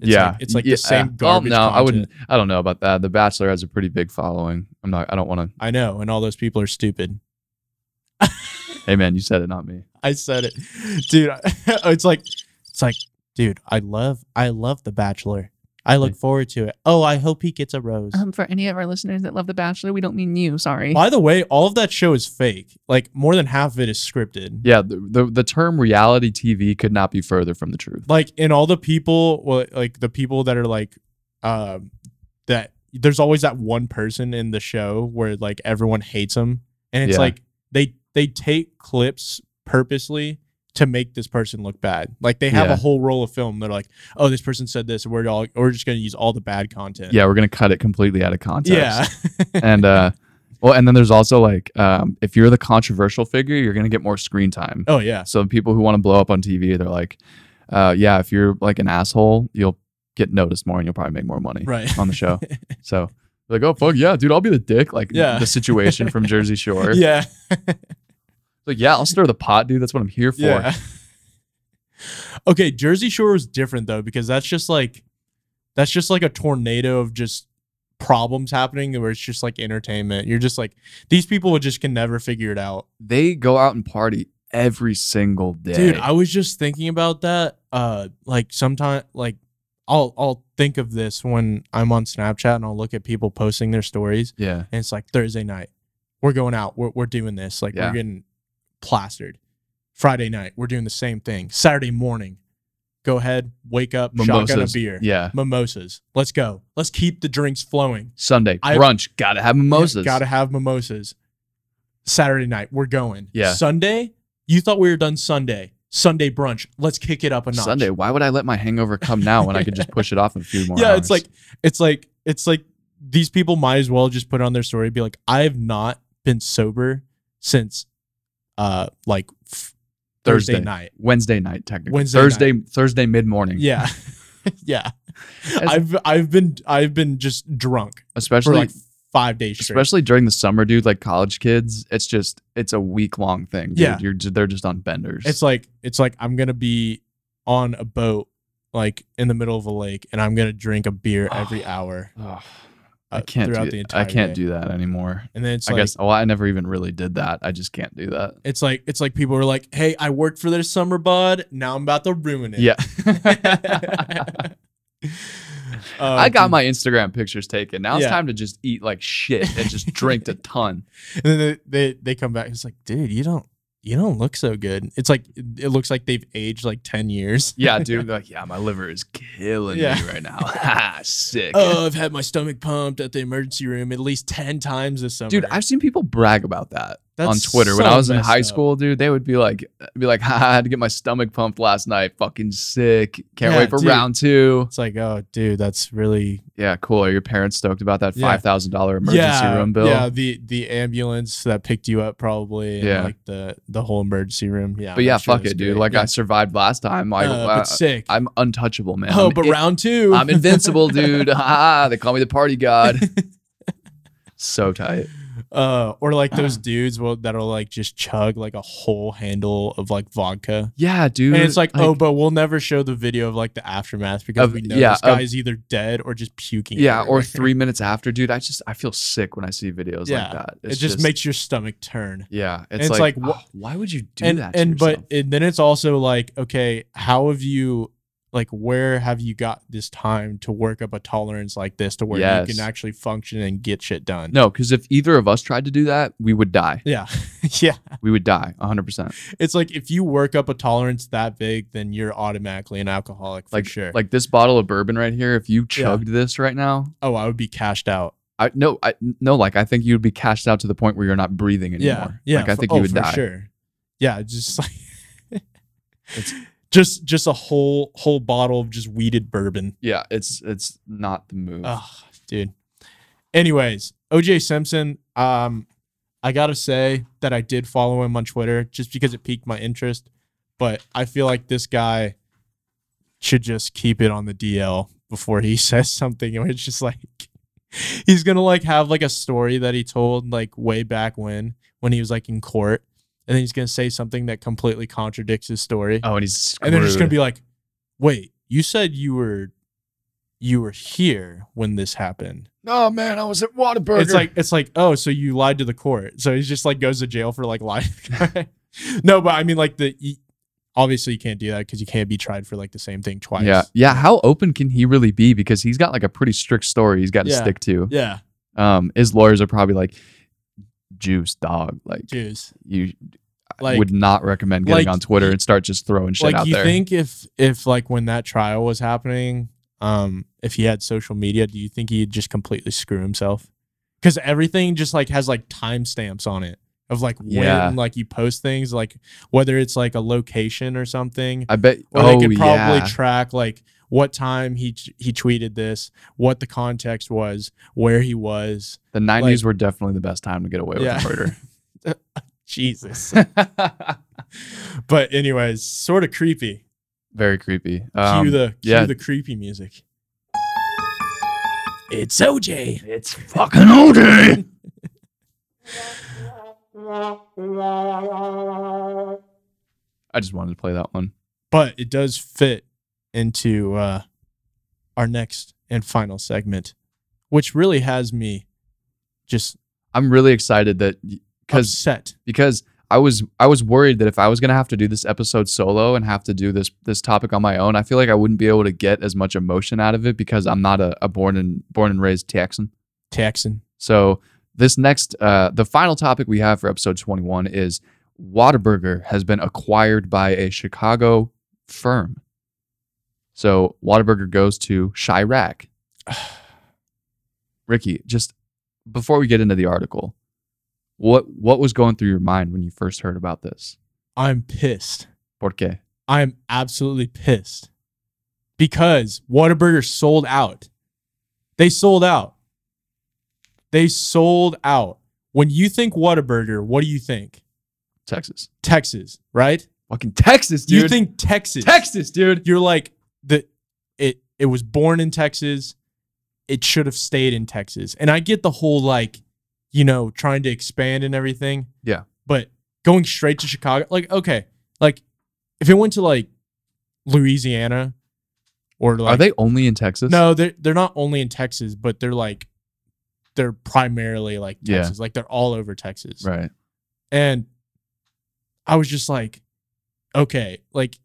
[SPEAKER 4] it's
[SPEAKER 1] yeah.
[SPEAKER 4] like, it's like
[SPEAKER 1] Yeah.
[SPEAKER 4] the same
[SPEAKER 1] Well,
[SPEAKER 4] garbage
[SPEAKER 1] no, I wouldn't
[SPEAKER 4] content.
[SPEAKER 1] I don't know about that. The Bachelor has a pretty big following. I'm not I don't want
[SPEAKER 4] i know and all those people are stupid
[SPEAKER 1] to Hey man, you said it, not me.
[SPEAKER 4] i said it dude it's like it's like dude i love i love the bachelor i look forward to it oh i hope he gets a rose
[SPEAKER 7] Um, for any of our listeners that love The Bachelor, we don't mean you. Sorry.
[SPEAKER 4] by the way all of that show is fake like more than half of it is scripted
[SPEAKER 1] Yeah, the, the the term reality TV could not be further from the truth.
[SPEAKER 4] like in all the people well like the people that are like um that there's always that one person in the show where like everyone hates them and it's
[SPEAKER 1] Yeah.
[SPEAKER 4] like they they take clips purposely to make this person look bad like they have
[SPEAKER 1] Yeah.
[SPEAKER 4] a whole roll of film they're like oh this person said this we're all we're just gonna use all the bad content
[SPEAKER 1] Yeah, we're gonna cut it completely out of context.
[SPEAKER 4] yeah
[SPEAKER 1] and uh well and then there's also like um if you're the controversial figure you're gonna get more screen time
[SPEAKER 4] oh yeah
[SPEAKER 1] so people who want to blow up on tv they're like uh yeah if you're like an asshole you'll get noticed more and you'll probably make more money
[SPEAKER 4] right
[SPEAKER 1] on the show so Like, oh fuck yeah, dude, I'll be the dick. Like
[SPEAKER 4] Yeah.
[SPEAKER 1] the situation from Jersey Shore.
[SPEAKER 4] Yeah.
[SPEAKER 1] Like, yeah, I'll stir the pot, dude. That's what I'm here for.
[SPEAKER 4] Yeah. okay, Jersey Shore is different though because that's just like that's just like a tornado of just problems happening where it's just like entertainment. You're just like these people just can never figure it out.
[SPEAKER 1] They go out and party every single day.
[SPEAKER 4] Dude, I was just thinking about that. Uh like sometime like I'll I'll think of this when I'm on Snapchat and I'll look at people posting their stories
[SPEAKER 1] yeah.
[SPEAKER 4] and it's like Thursday night, we're going out, we're we're doing this. Like
[SPEAKER 1] Yeah.
[SPEAKER 4] we're getting plastered. Friday night, we're doing the same thing. Saturday morning, go ahead, wake up, shotgun a
[SPEAKER 1] Mimosas.
[SPEAKER 4] beer.
[SPEAKER 1] Yeah.
[SPEAKER 4] Mimosas. Let's go. Let's keep the drinks flowing.
[SPEAKER 1] Sunday,
[SPEAKER 4] I-
[SPEAKER 1] brunch, gotta have mimosas.
[SPEAKER 4] Gotta have mimosas. Saturday night, we're going.
[SPEAKER 1] Yeah.
[SPEAKER 4] Sunday, you thought we were done Sunday. Sunday brunch. Let's kick it up a notch.
[SPEAKER 1] Sunday, why would I let my hangover come now when I could just push it off a few more
[SPEAKER 4] yeah,
[SPEAKER 1] hours?
[SPEAKER 4] it's like it's like it's like these people might as well just put on their story and be like, I've not been sober since uh like f- Thursday,
[SPEAKER 1] Thursday.
[SPEAKER 4] night.
[SPEAKER 1] Wednesday night, technically.
[SPEAKER 4] Wednesday
[SPEAKER 1] Thursday, Thursday mid morning.
[SPEAKER 4] Yeah. yeah.
[SPEAKER 1] As-
[SPEAKER 4] I've I've been I've been just drunk for
[SPEAKER 1] Especially
[SPEAKER 4] like five days straight.
[SPEAKER 1] especially during the summer, dude, like college kids, it's just it's a week long thing. Dude.
[SPEAKER 4] Yeah.
[SPEAKER 1] You're ju- they're just on benders.
[SPEAKER 4] it's like it's like I'm gonna be on a boat like in the middle of a lake and I'm gonna drink a beer every hour.
[SPEAKER 1] Ugh,
[SPEAKER 4] uh,
[SPEAKER 1] I can't
[SPEAKER 4] throughout
[SPEAKER 1] do,
[SPEAKER 4] the entire
[SPEAKER 1] I can't
[SPEAKER 4] day.
[SPEAKER 1] do that anymore.
[SPEAKER 4] And then it's
[SPEAKER 1] I
[SPEAKER 4] like
[SPEAKER 1] guess well, I never even really did that. I just can't do that.
[SPEAKER 4] it's like it's like people are like, "Hey, I worked for this summer, bud. Now I'm about to ruin it."
[SPEAKER 1] Yeah.
[SPEAKER 4] Oh,
[SPEAKER 1] I got
[SPEAKER 4] dude.
[SPEAKER 1] my Instagram pictures taken. Now it's
[SPEAKER 4] Yeah.
[SPEAKER 1] time to just eat like shit and just drink a ton.
[SPEAKER 4] And then they, they they come back. It's like, dude, you don't you don't look so good. It's like it it looks like they've aged like ten years.
[SPEAKER 1] Yeah, dude. They're like, yeah, my liver is killing
[SPEAKER 4] Yeah.
[SPEAKER 1] me right now. Ah, Sick.
[SPEAKER 4] Oh, I've had my stomach pumped at the emergency room at least ten times this summer.
[SPEAKER 1] Dude, I've seen people brag about that
[SPEAKER 4] That's
[SPEAKER 1] on Twitter. When
[SPEAKER 4] so
[SPEAKER 1] I was in
[SPEAKER 4] messed
[SPEAKER 1] high
[SPEAKER 4] up.
[SPEAKER 1] school, dude, they would be like, be like, "Ha, I had to get my stomach pumped last night. Fucking sick. Can't
[SPEAKER 4] Yeah,
[SPEAKER 1] wait for
[SPEAKER 4] dude.
[SPEAKER 1] round two.
[SPEAKER 4] It's like, oh, dude, that's really
[SPEAKER 1] Yeah, cool. Are your parents stoked about that
[SPEAKER 4] Yeah.
[SPEAKER 1] five thousand dollar emergency
[SPEAKER 4] yeah,
[SPEAKER 1] room bill?
[SPEAKER 4] Yeah, the the ambulance that picked you up probably. and,
[SPEAKER 1] Yeah.
[SPEAKER 4] like the the whole emergency room. Yeah,
[SPEAKER 1] But
[SPEAKER 4] I'm
[SPEAKER 1] yeah,
[SPEAKER 4] sure
[SPEAKER 1] fuck
[SPEAKER 4] that's
[SPEAKER 1] it, dude.
[SPEAKER 4] great.
[SPEAKER 1] Like
[SPEAKER 4] Yeah.
[SPEAKER 1] I survived last time. Like
[SPEAKER 4] Uh,
[SPEAKER 1] I,
[SPEAKER 4] but sick.
[SPEAKER 1] I'm untouchable, man.
[SPEAKER 4] oh,
[SPEAKER 1] I'm
[SPEAKER 4] but
[SPEAKER 1] it-
[SPEAKER 4] round two,
[SPEAKER 1] I'm invincible, dude. Ha, ha, ha. they call me the party god. so tight.
[SPEAKER 4] uh, or like those dudes will, that'll like just chug like a whole handle of like vodka.
[SPEAKER 1] Yeah, dude.
[SPEAKER 4] and it's like, oh, but we'll never show the video of like the aftermath because
[SPEAKER 1] Of-
[SPEAKER 4] we know
[SPEAKER 1] yeah,
[SPEAKER 4] this guy
[SPEAKER 1] of-
[SPEAKER 4] is either dead or just puking.
[SPEAKER 1] yeah, or
[SPEAKER 4] everywhere.
[SPEAKER 1] three minutes after, dude. I just I feel sick when I see videos like
[SPEAKER 4] Yeah.
[SPEAKER 1] that.
[SPEAKER 4] It just, makes your stomach turn.
[SPEAKER 1] Yeah, it's,
[SPEAKER 4] it's
[SPEAKER 1] like,
[SPEAKER 4] like, wha-
[SPEAKER 1] "Oh, why would you do
[SPEAKER 4] and
[SPEAKER 1] that? To
[SPEAKER 4] and but
[SPEAKER 1] yourself?"
[SPEAKER 4] and then it's also like, okay, how have you like where have you got this time to work up a tolerance like this to where
[SPEAKER 1] Yes.
[SPEAKER 4] you can actually function and get shit done?
[SPEAKER 1] no, because if either of us tried to do that, we would die.
[SPEAKER 4] Yeah. yeah.
[SPEAKER 1] We would die, hundred percent.
[SPEAKER 4] It's like if you work up a tolerance that big, then you're automatically an alcoholic for
[SPEAKER 1] Like
[SPEAKER 4] sure.
[SPEAKER 1] like this bottle of bourbon right here. If you chugged this right now,
[SPEAKER 4] oh, I would be cashed out.
[SPEAKER 1] I no, I no, like I think you'd be cashed out to the point where you're not breathing anymore.
[SPEAKER 4] Yeah, yeah.
[SPEAKER 1] like I
[SPEAKER 4] for-
[SPEAKER 1] think
[SPEAKER 4] oh,
[SPEAKER 1] you would
[SPEAKER 4] for
[SPEAKER 1] die.
[SPEAKER 4] Sure. Yeah, just like just just a whole whole bottle of just weeded bourbon.
[SPEAKER 1] Yeah, it's it's not the move.
[SPEAKER 4] Oh, dude. Anyways, OJ Simpson. Um, I gotta say that I did follow him on Twitter just because it piqued my interest, but I feel like this guy should just keep it on the DL before he says something. And it's just like he's gonna like have like a story that he told like way back when when he was like in court, and then he's gonna say something that completely contradicts his story
[SPEAKER 1] oh, and he's
[SPEAKER 4] and they're just gonna
[SPEAKER 1] screwed.
[SPEAKER 4] be like, "Wait, you said you were, you were here when this happened."
[SPEAKER 1] No man, I was at Whataburger.
[SPEAKER 4] It's like it's like, oh, so you lied to the court. So he just like goes to jail for like lying. no, but I mean like the you- obviously you can't do that because you can't be tried for like the same thing twice.
[SPEAKER 1] yeah, yeah. How open can he really be? Because he's got like a pretty strict story he's got to
[SPEAKER 4] Yeah.
[SPEAKER 1] stick to.
[SPEAKER 4] yeah,
[SPEAKER 1] Um, his lawyers are probably like, juice dog, like
[SPEAKER 4] Jews.
[SPEAKER 1] you
[SPEAKER 4] Like
[SPEAKER 1] would not recommend getting
[SPEAKER 4] like,
[SPEAKER 1] on Twitter and start just throwing shit
[SPEAKER 4] like
[SPEAKER 1] out
[SPEAKER 4] you
[SPEAKER 1] there.
[SPEAKER 4] think if if like when that trial was happening, um, if he had social media, do you think he'd just completely screw himself? Because everything just like has like timestamps on it of like when
[SPEAKER 1] Yeah.
[SPEAKER 4] like you post things, like whether it's like a location or something,
[SPEAKER 1] I bet.
[SPEAKER 4] or
[SPEAKER 1] oh
[SPEAKER 4] they could probably
[SPEAKER 1] yeah.
[SPEAKER 4] track like what time he he tweeted this, what the context was, where he was.
[SPEAKER 1] the '90s were definitely the best time to get away with
[SPEAKER 4] Yeah.
[SPEAKER 1] murder.
[SPEAKER 4] Jesus. but anyways, sort of creepy.
[SPEAKER 1] Very creepy.
[SPEAKER 4] Cue
[SPEAKER 1] Um,
[SPEAKER 4] the cue
[SPEAKER 1] yeah.
[SPEAKER 4] the creepy music. It's OJ.
[SPEAKER 1] It's fucking OJ. I just wanted to play that one.
[SPEAKER 4] But it does fit into uh, our next and final segment, which really has me just
[SPEAKER 1] I'm really excited that because
[SPEAKER 4] upset.
[SPEAKER 1] because I was I was worried that if I was gonna have to do this episode solo and have to do this this topic on my own, I feel like I wouldn't be able to get as much emotion out of it because I'm not a, a born and born and raised Texan.
[SPEAKER 4] Texan.
[SPEAKER 1] So this next, uh, the final topic we have for episode 21 is Whataburger has been acquired by a Chicago firm. So Whataburger goes to Chirac. Ricky, just before we get into the article, what what was going through your mind when you first heard about this?
[SPEAKER 4] I'm pissed.
[SPEAKER 1] Por qué?
[SPEAKER 4] I'm absolutely pissed because Whataburger sold out. They sold out. They sold out. When you think Whataburger, what do you think?
[SPEAKER 1] Texas.
[SPEAKER 4] Texas, right?
[SPEAKER 1] Fucking Texas, dude.
[SPEAKER 4] You think Texas.
[SPEAKER 1] Texas, dude.
[SPEAKER 4] You're like the it it was born in Texas. It should have stayed in Texas. And I get the whole like, you know, trying to expand and everything.
[SPEAKER 1] Yeah.
[SPEAKER 4] But going straight to Chicago, like, okay. Like if it went to like Louisiana or like
[SPEAKER 1] Are they only in Texas?
[SPEAKER 4] no, they're they're not only in Texas, but they're like they're primarily like
[SPEAKER 1] Yeah.
[SPEAKER 4] Texas. Like they're all over Texas.
[SPEAKER 1] Right.
[SPEAKER 4] And I was just like, okay, like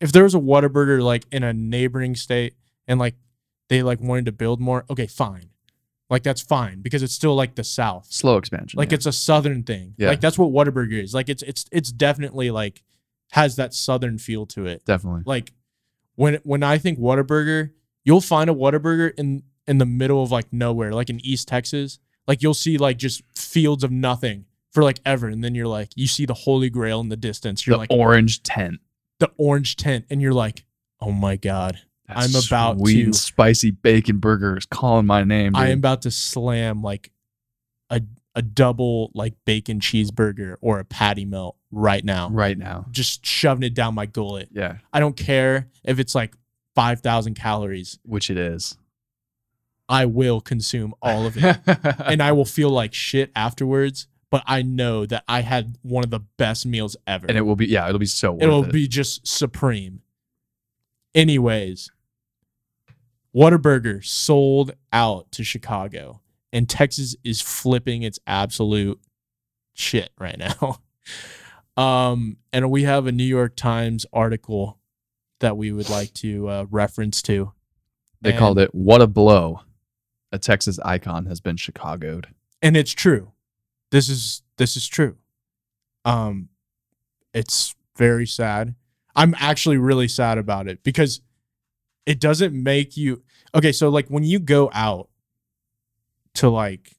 [SPEAKER 4] if there was a Whataburger like in a neighboring state and like they like wanted to build more, okay, fine. Like that's fine because it's still like the South.
[SPEAKER 1] Slow expansion.
[SPEAKER 4] Like
[SPEAKER 1] yeah.
[SPEAKER 4] it's a southern thing.
[SPEAKER 1] Yeah.
[SPEAKER 4] Like that's what Whataburger is. Like it's it's it's definitely like has that southern feel to it.
[SPEAKER 1] definitely.
[SPEAKER 4] Like when when I think Whataburger, you'll find a Whataburger in in the middle of like nowhere, like in East Texas. Like you'll see like just fields of nothing for like ever, and then you're like you see the Holy Grail in the distance. You're
[SPEAKER 1] the
[SPEAKER 4] like
[SPEAKER 1] orange tent.
[SPEAKER 4] the orange tent, and you're like, oh my god,
[SPEAKER 1] That
[SPEAKER 4] I'm about
[SPEAKER 1] sweet
[SPEAKER 4] to-
[SPEAKER 1] and spicy bacon burger is calling my name.
[SPEAKER 4] I am
[SPEAKER 1] dude.
[SPEAKER 4] about to slam like a a double like bacon cheeseburger or a patty melt right now.
[SPEAKER 1] right now.
[SPEAKER 4] Just shoving it down my gullet.
[SPEAKER 1] Yeah,
[SPEAKER 4] I don't care if it's like five thousand calories.
[SPEAKER 1] which it is.
[SPEAKER 4] I will consume all of it. and I will feel like shit afterwards. But I know that I had one of the best meals ever.
[SPEAKER 1] And it will be yeah, it'll be so worth
[SPEAKER 4] It'll
[SPEAKER 1] it.
[SPEAKER 4] be just supreme. Anyways, Whataburger sold out to Chicago, and Texas is flipping its absolute shit right now. Um, and we have a New York Times article that we would like to uh, reference to.
[SPEAKER 1] they
[SPEAKER 4] and-
[SPEAKER 1] called it what a blow. A Texas icon has been Chicagoed.
[SPEAKER 4] and it's true. This is this is true. Um, it's very sad. I'm actually really sad about it because it doesn't make you okay. So like when you go out to like,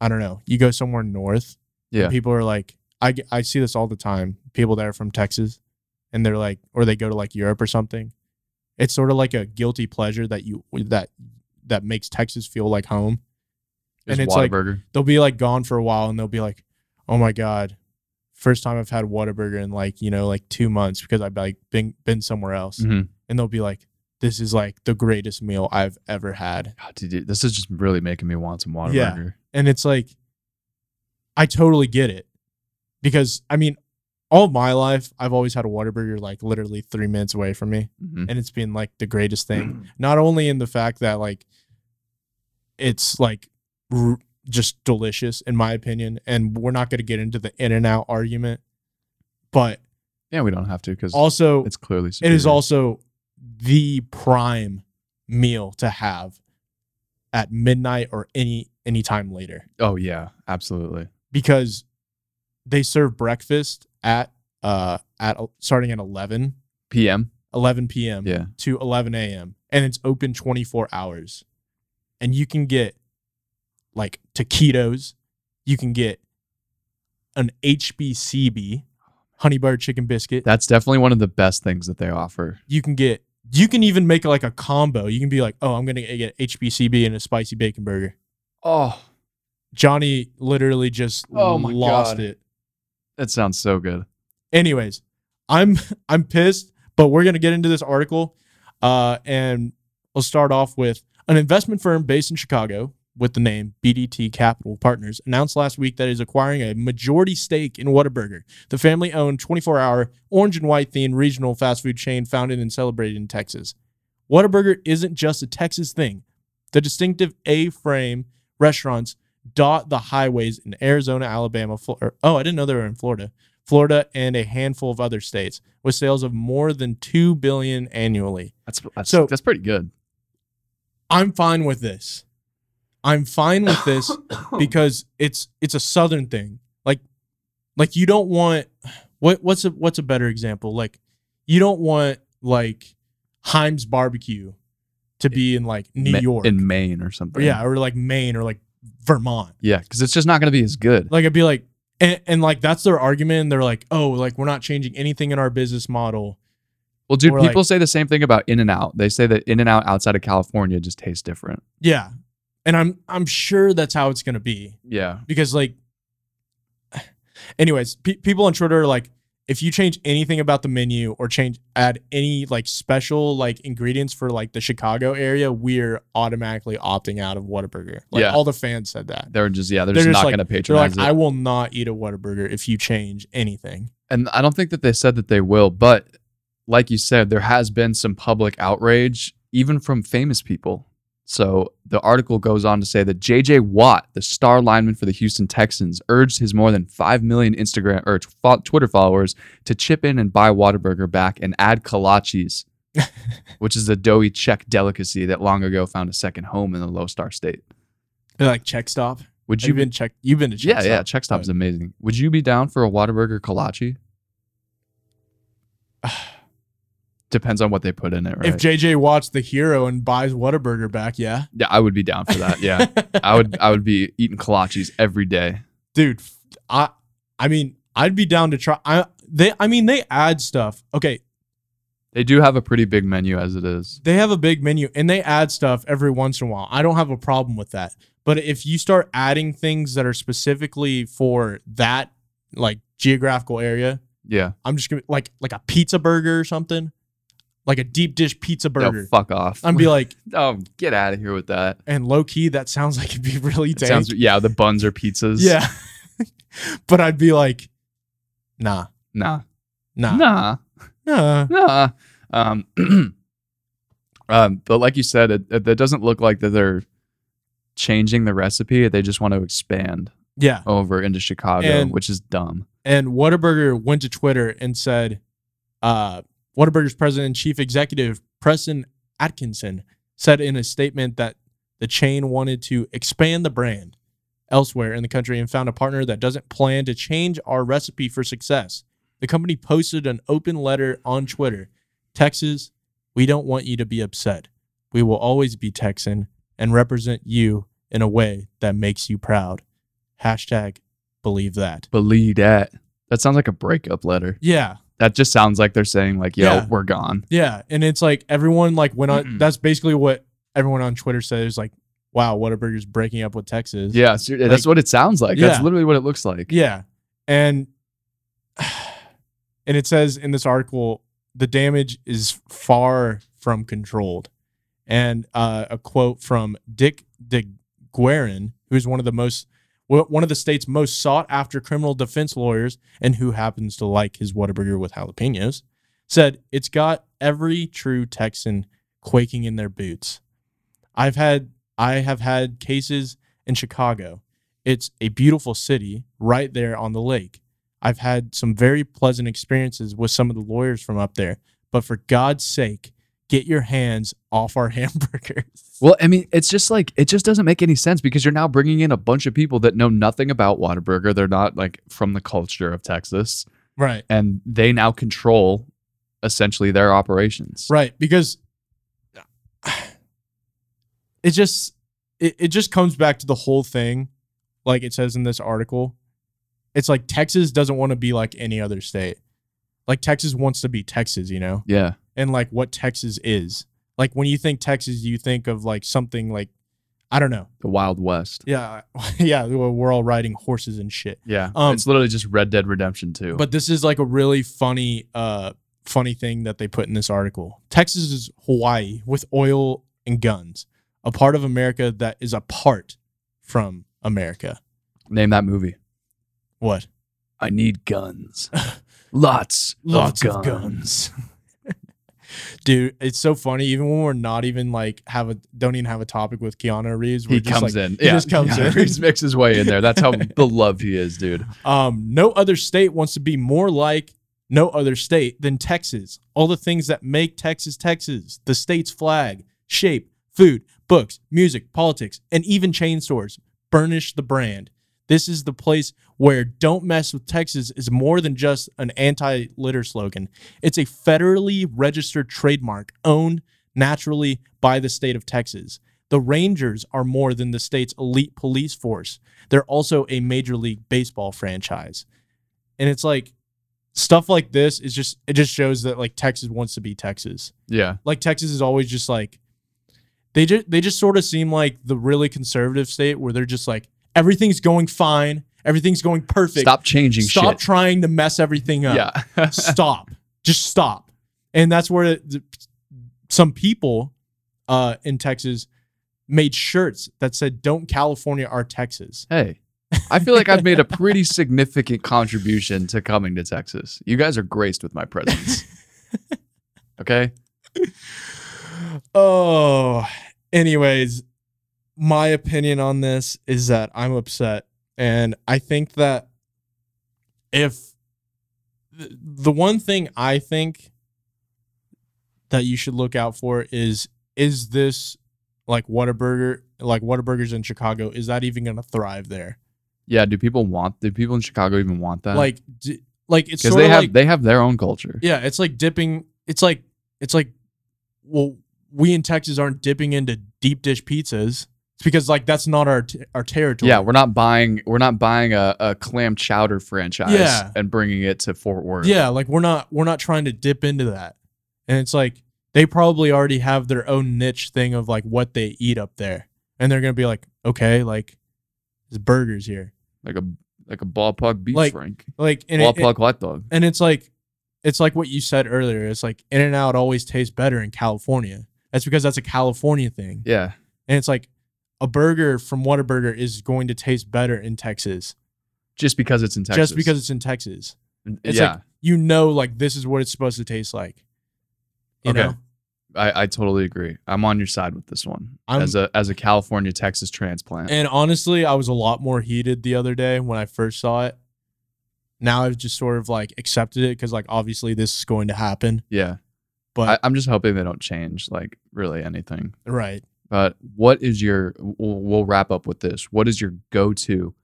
[SPEAKER 4] I don't know, you go somewhere north. and
[SPEAKER 1] Yeah.
[SPEAKER 4] people are like, I g- I see this all the time. People that are from Texas, and they're like, or they go to like Europe or something. It's sort of like a guilty pleasure that you that that makes Texas feel like home
[SPEAKER 1] It's
[SPEAKER 4] And it's like-
[SPEAKER 1] Whataburger.
[SPEAKER 4] they'll be like gone for a while and they'll be like, "Oh my god, first time I've had Whataburger in like you know like two months because I've like been been somewhere else,"
[SPEAKER 1] Mhm.
[SPEAKER 4] and they'll be like, "This is like the greatest meal I've ever had,"
[SPEAKER 1] God, dude, this is just really making me want some Whataburger.
[SPEAKER 4] Yeah. and it's like, I totally get it because I mean, all of my life I've always had a Whataburger like literally three minutes away from me,
[SPEAKER 1] Mhm.
[SPEAKER 4] and it's been like the greatest thing. Not only in the fact that like it's like r- just delicious in my opinion, and we're not going to get into the in and out argument, but
[SPEAKER 1] Yeah, we don't have to because
[SPEAKER 4] also
[SPEAKER 1] it's clearly
[SPEAKER 4] it is
[SPEAKER 1] superior.
[SPEAKER 4] also the prime meal to have at midnight or any any time later
[SPEAKER 1] Oh yeah, absolutely.
[SPEAKER 4] because they serve breakfast at uh at starting at 11
[SPEAKER 1] PM.
[SPEAKER 4] 11 p.m
[SPEAKER 1] Yeah.
[SPEAKER 4] to 11 a.m. and it's open 24 hours. And you can get like taquitos, you can get an HBCB, honey butter chicken biscuit.
[SPEAKER 1] That's definitely one of the best things that they offer.
[SPEAKER 4] you can get you can even make like a combo. You can be like, "Oh, I'm going to get HBCB and a spicy bacon burger."
[SPEAKER 1] Oh,
[SPEAKER 4] Johnny literally just
[SPEAKER 1] Oh my
[SPEAKER 4] lost
[SPEAKER 1] God.
[SPEAKER 4] it.
[SPEAKER 1] that sounds so good.
[SPEAKER 4] anyways i'm i'm pissed but we're gonna get into this article uh and we'll start off with An investment firm based in Chicago with the name BDT Capital Partners announced last week that it is acquiring a majority stake in Whataburger, the family owned 24 hour orange and white themed regional fast food chain founded and celebrated in Texas. Whataburger isn't just a Texas thing, the distinctive A frame restaurants dot the highways in Arizona, Alabama, Florida. Oh, I didn't know they were in Florida. Florida and a handful of other states with sales of more than 2 billion annually.
[SPEAKER 1] That's that's,
[SPEAKER 4] So-
[SPEAKER 1] that's pretty good.
[SPEAKER 4] I'm fine with this. I'm fine with this because it's it's a southern thing. Like like you don't want what what's a what's a better example? Like you don't want like Heim's barbecue to be in like New
[SPEAKER 1] Ma-
[SPEAKER 4] York.
[SPEAKER 1] in Maine or
[SPEAKER 4] or,
[SPEAKER 1] something.
[SPEAKER 4] yeah, or like Maine or like Vermont.
[SPEAKER 1] yeah, because it's just not going to be as good.
[SPEAKER 4] Like I'd be like and, and like that's their argument. They're like, oh, like we're not changing anything in our business model.
[SPEAKER 1] Well, dude,
[SPEAKER 4] Or
[SPEAKER 1] people
[SPEAKER 4] like-
[SPEAKER 1] say the same thing about In and Out. They say that In and Out outside of California just tastes different.
[SPEAKER 4] Yeah. And I'm I'm sure that's how it's gonna be.
[SPEAKER 1] Yeah,
[SPEAKER 4] because like anyways pe- people on twitter are like if you change anything about the menu or change add any like special like ingredients for like the chicago area we're automatically opting out of whataburger like
[SPEAKER 1] Yeah.
[SPEAKER 4] all the fans said that
[SPEAKER 1] they're just yeah, they're,
[SPEAKER 4] They're
[SPEAKER 1] just,
[SPEAKER 4] just
[SPEAKER 1] not
[SPEAKER 4] like-
[SPEAKER 1] going to
[SPEAKER 4] they're
[SPEAKER 1] patronize
[SPEAKER 4] like
[SPEAKER 1] it.
[SPEAKER 4] i will not eat a whataburger if you change anything
[SPEAKER 1] and I don't think that they said that they will, but like you said, there has been some public outrage, even from famous people. So the article goes on to say that J.J. Watt, the star lineman for the Houston Texans, urged his more than five million Instagram or tw- Twitter followers to chip in and buy Whataburger back and add kolaches, which is a doughy Czech delicacy that long ago found a second home in the Low Star State.
[SPEAKER 4] they're like check stop
[SPEAKER 1] Would you
[SPEAKER 4] you've been check you've been to check
[SPEAKER 1] yeah,
[SPEAKER 4] stop.
[SPEAKER 1] yeah, check stop is amazing. Would you be down for a Whataburger kolache? Depends on what they put in it, right?
[SPEAKER 4] if jj watched the hero and buys whataburger back yeah
[SPEAKER 1] yeah, I would be down for that. Uh, Yeah, I would. I would be eating kolaches every day.
[SPEAKER 4] dude f- i i mean i'd be down to try i they i mean they add stuff okay
[SPEAKER 1] They do have a pretty big menu as it is.
[SPEAKER 4] they have a big menu and they add stuff every once in a while i don't have a problem with that but if you start adding things that are specifically for that like geographical area
[SPEAKER 1] Yeah,
[SPEAKER 4] i'm just gonna like like a pizza burger or something like a deep dish pizza
[SPEAKER 1] No,
[SPEAKER 4] burger
[SPEAKER 1] fuck off.
[SPEAKER 4] i'm be like
[SPEAKER 1] oh, get out of here with that.
[SPEAKER 4] and low-key that sounds like it'd be really
[SPEAKER 1] It
[SPEAKER 4] tasty
[SPEAKER 1] sounds yeah. The buns are pizzas.
[SPEAKER 4] yeah but i'd be like nah
[SPEAKER 1] nah,
[SPEAKER 4] nah nah,
[SPEAKER 1] nah, nah. Um, um, but like you said, it, it, it doesn't look like that they're changing the recipe. They just want to expand.
[SPEAKER 4] yeah
[SPEAKER 1] over into Chicago,
[SPEAKER 4] And-
[SPEAKER 1] which is dumb.
[SPEAKER 4] And Whataburger went to Twitter and said, uh, Whataburger's president and chief executive, Preston Atkinson, said in a statement that the chain wanted to expand the brand elsewhere in the country and found a partner that doesn't plan to change our recipe for success. The company posted an open letter on Twitter Texas, we don't want you to be upset. We will always be Texan and represent you in a way that makes you proud. Hashtag believe that.
[SPEAKER 1] Believe that. That sounds like a breakup letter.
[SPEAKER 4] Yeah,
[SPEAKER 1] That just sounds like they're saying like, "Yo,
[SPEAKER 4] Yeah.
[SPEAKER 1] we're gone."
[SPEAKER 4] yeah, and it's like everyone like went on.
[SPEAKER 1] Mm-mm.
[SPEAKER 4] That's basically what everyone on Twitter said. Is like, wow, Whataburger's breaking up with Texas.
[SPEAKER 1] Yeah, ser- that's
[SPEAKER 4] Like-
[SPEAKER 1] what it sounds like. That's
[SPEAKER 4] Yeah.
[SPEAKER 1] literally what it looks like.
[SPEAKER 4] yeah, and and it says in this article the damage is far from controlled, and uh, a quote from Dick DeGuerin, who is one of the most wh- one of the state's most sought after criminal defense lawyers, and who happens to like his Whataburger with jalapenos, said it's got every true Texan quaking in their boots. I've had I have had cases in Chicago. It's a beautiful city right there on the lake. I've had some very pleasant experiences with some of the lawyers from up there. But for God's sake, get your hands off our hamburgers.
[SPEAKER 1] Well, I mean, it's just like it just doesn't make any sense because you're now bringing in a bunch of people that know nothing about Whataburger. They're not like from the culture of Texas,
[SPEAKER 4] Right.
[SPEAKER 1] and they now control essentially their operations.
[SPEAKER 4] Right. Because it just it, it just comes back to the whole thing, like it says in this article. It's like Texas doesn't want to be like any other state. Like Texas wants to be Texas, you know?
[SPEAKER 1] Yeah.
[SPEAKER 4] and like what Texas is. Like when you think Texas, you think of like something like I don't know.
[SPEAKER 1] The Wild West.
[SPEAKER 4] Yeah, yeah, we're we're all riding horses and shit.
[SPEAKER 1] Yeah.
[SPEAKER 4] Um,
[SPEAKER 1] it's literally just Red Dead Redemption 2.
[SPEAKER 4] But this is like a really funny, uh, funny thing that they put in this article. Texas is Hawaii with oil and guns. a part of America that is apart from America.
[SPEAKER 1] Name that movie.
[SPEAKER 4] What?
[SPEAKER 1] I need guns. Lots,
[SPEAKER 4] Lots of guns. Dude, it's so funny. Even when we're not even like have a don't even have a topic with Keanu Reeves, we're
[SPEAKER 1] He
[SPEAKER 4] just
[SPEAKER 1] comes
[SPEAKER 4] like,
[SPEAKER 1] in.
[SPEAKER 4] he just comes in.
[SPEAKER 1] He makes his way in there. That's how beloved he is, dude.
[SPEAKER 4] Um, no other state wants to be more like no other state than Texas. All the things that make Texas Texas, the state's flag, shape, food, books, music, politics, and even chain stores burnish the brand. This is the place where don't mess with Texas is more than just an anti litter slogan. It's a federally registered trademark owned naturally by the state of Texas. The Rangers are more than the state's elite police force. They're also a major league baseball franchise. And it's like stuff like this is just it just shows that like Texas wants to be Texas.
[SPEAKER 1] Yeah.
[SPEAKER 4] Like Texas is always just like they just they just sort of seem like the really conservative state where they're just like everything's going fine, everything's going perfect.
[SPEAKER 1] Stop changing
[SPEAKER 4] Stop
[SPEAKER 1] shit.
[SPEAKER 4] trying to mess everything up
[SPEAKER 1] yeah.
[SPEAKER 4] stop just stop and that's where the, some people uh, in texas made shirts that said don't california our texas
[SPEAKER 1] hey, I feel like I've made a pretty significant contribution to coming to Texas. You guys are graced with my presence. Okay.
[SPEAKER 4] oh anyways my opinion on this is that i'm upset and i think that if th- the one thing i think that you should look out for is is this like Whataburger, like Whataburgers in Chicago, is that even going to thrive there?
[SPEAKER 1] Yeah. Do people want? Do people in Chicago even want that?
[SPEAKER 4] like, d- like it's
[SPEAKER 1] because
[SPEAKER 4] sort
[SPEAKER 1] they
[SPEAKER 4] of
[SPEAKER 1] have
[SPEAKER 4] like,
[SPEAKER 1] they have their own culture.
[SPEAKER 4] yeah, it's like dipping. It's like it's like, well, we in Texas aren't dipping into deep dish pizzas. It's because like that's not our t- our territory.
[SPEAKER 1] Yeah, we're not buying we're not buying a, a clam chowder franchise
[SPEAKER 4] Yeah.
[SPEAKER 1] and bringing it to Fort Worth.
[SPEAKER 4] yeah, like we're not we're not trying to dip into that. And it's like they probably already have their own niche thing of like what they eat up there, and they're gonna be like, okay, like, there's burgers here,
[SPEAKER 1] like a like a ballpark beef
[SPEAKER 4] Like,
[SPEAKER 1] frank,
[SPEAKER 4] like, and it-
[SPEAKER 1] ballpark hot dog.
[SPEAKER 4] and it's like it's like what you said earlier. It's like In and Out always tastes better in California. That's because that's a California thing.
[SPEAKER 1] Yeah,
[SPEAKER 4] And it's like a burger from Whataburger is going to taste better in Texas,
[SPEAKER 1] just because it's in Texas.
[SPEAKER 4] just because it's in Texas. it's
[SPEAKER 1] yeah,
[SPEAKER 4] like- You know, like this is what it's supposed to taste like. You
[SPEAKER 1] Okay.
[SPEAKER 4] know?
[SPEAKER 1] I, I totally agree. I'm on your side with this one
[SPEAKER 4] I'm-
[SPEAKER 1] as a as a California Texas transplant.
[SPEAKER 4] And honestly, I was a lot more heated the other day when I first saw it. Now I've just sort of like accepted it because like obviously this is going to happen.
[SPEAKER 1] yeah, I,
[SPEAKER 4] But
[SPEAKER 1] I'm just hoping they don't change like really anything.
[SPEAKER 4] right.
[SPEAKER 1] But what is your? We'll, we'll wrap up with this. What is your go-to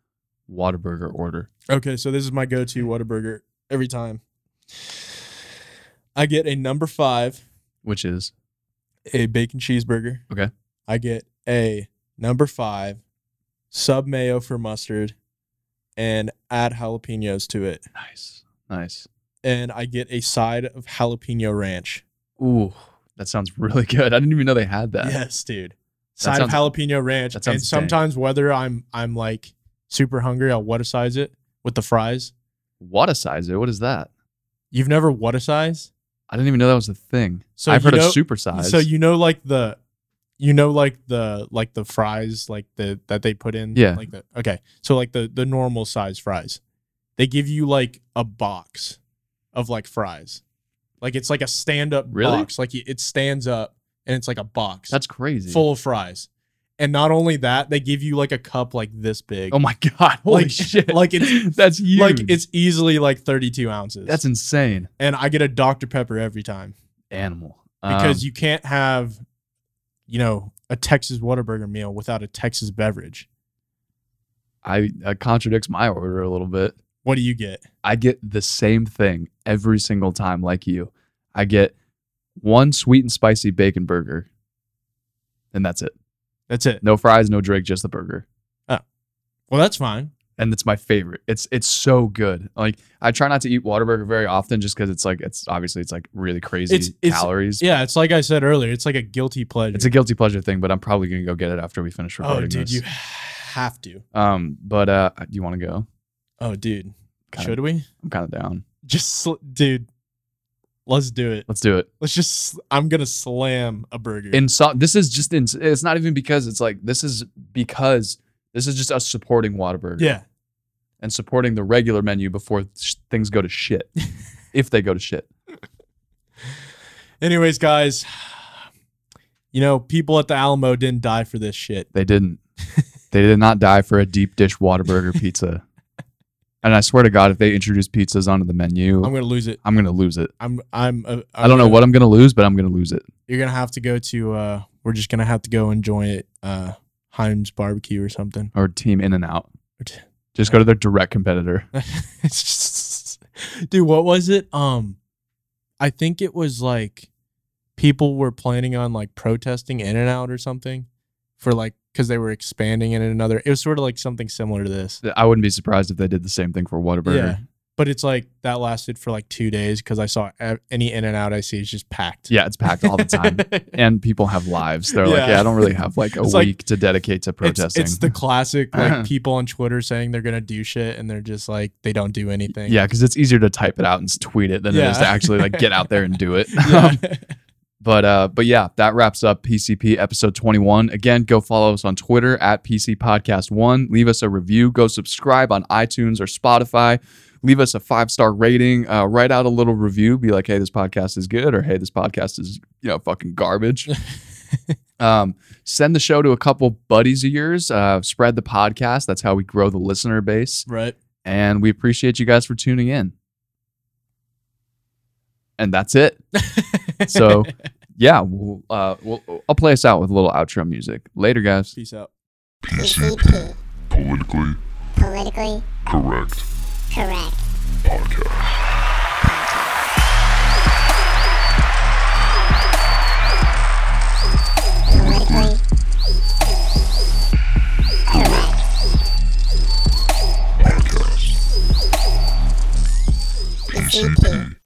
[SPEAKER 1] Whataburger order?
[SPEAKER 4] Okay, so this is my go-to Whataburger every time. I get a number five,
[SPEAKER 1] Which is
[SPEAKER 4] a bacon cheeseburger.
[SPEAKER 1] Okay.
[SPEAKER 4] I get a number five, sub mayo for mustard, and add jalapenos to it.
[SPEAKER 1] nice, nice.
[SPEAKER 4] And I get a side of jalapeno ranch.
[SPEAKER 1] Ooh, that sounds really good. I didn't even know they had that.
[SPEAKER 4] Yes, dude.
[SPEAKER 1] That
[SPEAKER 4] Side
[SPEAKER 1] sounds-
[SPEAKER 4] of jalapeno ranch.
[SPEAKER 1] that sounds
[SPEAKER 4] And
[SPEAKER 1] dank.
[SPEAKER 4] sometimes whether I'm I'm like super hungry, I'll whatasize it with the fries.
[SPEAKER 1] What a size it. What is that?
[SPEAKER 4] You've never whatasize?
[SPEAKER 1] I didn't even know that was a thing.
[SPEAKER 4] So
[SPEAKER 1] I've
[SPEAKER 4] you
[SPEAKER 1] heard
[SPEAKER 4] know-
[SPEAKER 1] of super size.
[SPEAKER 4] So you know, like the, you know, like the like the fries, like the that they put in.
[SPEAKER 1] Yeah.
[SPEAKER 4] Like the okay, so like the the normal size fries, they give you like a box of like fries, like it's like a stand up
[SPEAKER 1] Really?
[SPEAKER 4] box, like it stands up and it's like a box
[SPEAKER 1] That's crazy.
[SPEAKER 4] full of fries, and not only that, they give you like a cup like this big,
[SPEAKER 1] Oh my god! Holy
[SPEAKER 4] Like-
[SPEAKER 1] shit!
[SPEAKER 4] like it's-
[SPEAKER 1] that's huge.
[SPEAKER 4] like it's easily like thirty two ounces.
[SPEAKER 1] that's insane.
[SPEAKER 4] and I get a Dr Pepper every time.
[SPEAKER 1] Animal. Um,
[SPEAKER 4] because you can't have, you know, a Texas Whataburger meal without a Texas beverage.
[SPEAKER 1] I that contradicts my order a little bit.
[SPEAKER 4] What do you get?
[SPEAKER 1] I get the same thing every single time, like you. I get one sweet and spicy bacon burger, and that's it.
[SPEAKER 4] That's it.
[SPEAKER 1] No fries, no drink, just the burger.
[SPEAKER 4] Well, that's fine.
[SPEAKER 1] and it's my favorite. It's it's so good. Like I try not to eat Whataburger very often just because it's like it's obviously it's like really crazy
[SPEAKER 4] It's- it's-
[SPEAKER 1] calories.
[SPEAKER 4] Yeah, it's like I said earlier. It's like a guilty pleasure.
[SPEAKER 1] It's a guilty pleasure thing, but I'm probably gonna go get it after we finish
[SPEAKER 4] oh,
[SPEAKER 1] recording
[SPEAKER 4] dude,
[SPEAKER 1] this.
[SPEAKER 4] you have to.
[SPEAKER 1] um, but uh, do you want to go?
[SPEAKER 4] Oh, dude,
[SPEAKER 1] Kinda-
[SPEAKER 4] should we?
[SPEAKER 1] I'm kind of down.
[SPEAKER 4] Just, sl- dude, Let's do it.
[SPEAKER 1] Let's do it.
[SPEAKER 4] Let's just. I'm gonna slam a burger.
[SPEAKER 1] And so this is just in, it's not even because it's like this is because this is just us supporting Whataburger
[SPEAKER 4] yeah,
[SPEAKER 1] and supporting the regular menu before sh- things go to shit. if they go to shit.
[SPEAKER 4] Anyways, guys, you know, people at the Alamo didn't die for this shit.
[SPEAKER 1] They didn't. they did not die for a deep dish Whataburger pizza. And I swear to God, if they introduce pizzas onto the menu,
[SPEAKER 4] I'm gonna lose it.
[SPEAKER 1] I'm gonna lose it.
[SPEAKER 4] I'm I'm. Uh,
[SPEAKER 1] I don't know what I'm gonna lose, but I'm gonna lose it.
[SPEAKER 4] you're gonna have to go to. uh We're just gonna have to go enjoy it. uh Heim's barbecue or something.
[SPEAKER 1] Or Team In and Out. Just go to their direct competitor.
[SPEAKER 4] It's just- dude, what was it? Um, I think it was like people were planning on like protesting In and Out or something for like because they were expanding it in another. It was sort of like something similar to this.
[SPEAKER 1] I wouldn't be surprised if they did the same thing for Whataburger.
[SPEAKER 4] Yeah. But it's like that lasted for like two days because I saw a- any In and Out I see is just packed.
[SPEAKER 1] Yeah, it's packed all the time. and people have lives. They're like,
[SPEAKER 4] Yeah.
[SPEAKER 1] yeah, I don't really have like a
[SPEAKER 4] It's
[SPEAKER 1] week
[SPEAKER 4] like-
[SPEAKER 1] to dedicate to
[SPEAKER 4] It's,
[SPEAKER 1] protesting. Uh-huh.
[SPEAKER 4] it's the classic like people on Twitter saying they're gonna do shit and they're just like they don't do anything.
[SPEAKER 1] yeah, because it's easier to type it out and s- tweet it than it is to
[SPEAKER 4] Yeah.
[SPEAKER 1] actually like get out there and do it.
[SPEAKER 4] Yeah.
[SPEAKER 1] but uh, but yeah, that wraps up PCP episode 21. Again, go follow us on Twitter at PC Podcast One. Leave us a review. Go subscribe on iTunes or Spotify. Leave us a five star rating. Uh, write out a little review. Be like, hey, this podcast is good, or hey, this podcast is you know fucking garbage. um, send the show to a couple buddies of yours. Uh, spread the podcast. That's how we grow the listener base.
[SPEAKER 4] right.
[SPEAKER 1] And we appreciate you guys for tuning in. And that's it So- yeah, we'll, uh, we'll, I'll play us out with a little outro music. Later, guys.
[SPEAKER 4] peace out.
[SPEAKER 2] PCP.
[SPEAKER 3] Politically
[SPEAKER 2] Politically
[SPEAKER 3] correct
[SPEAKER 2] correct.
[SPEAKER 3] podcast.
[SPEAKER 2] Politically correct. PCP.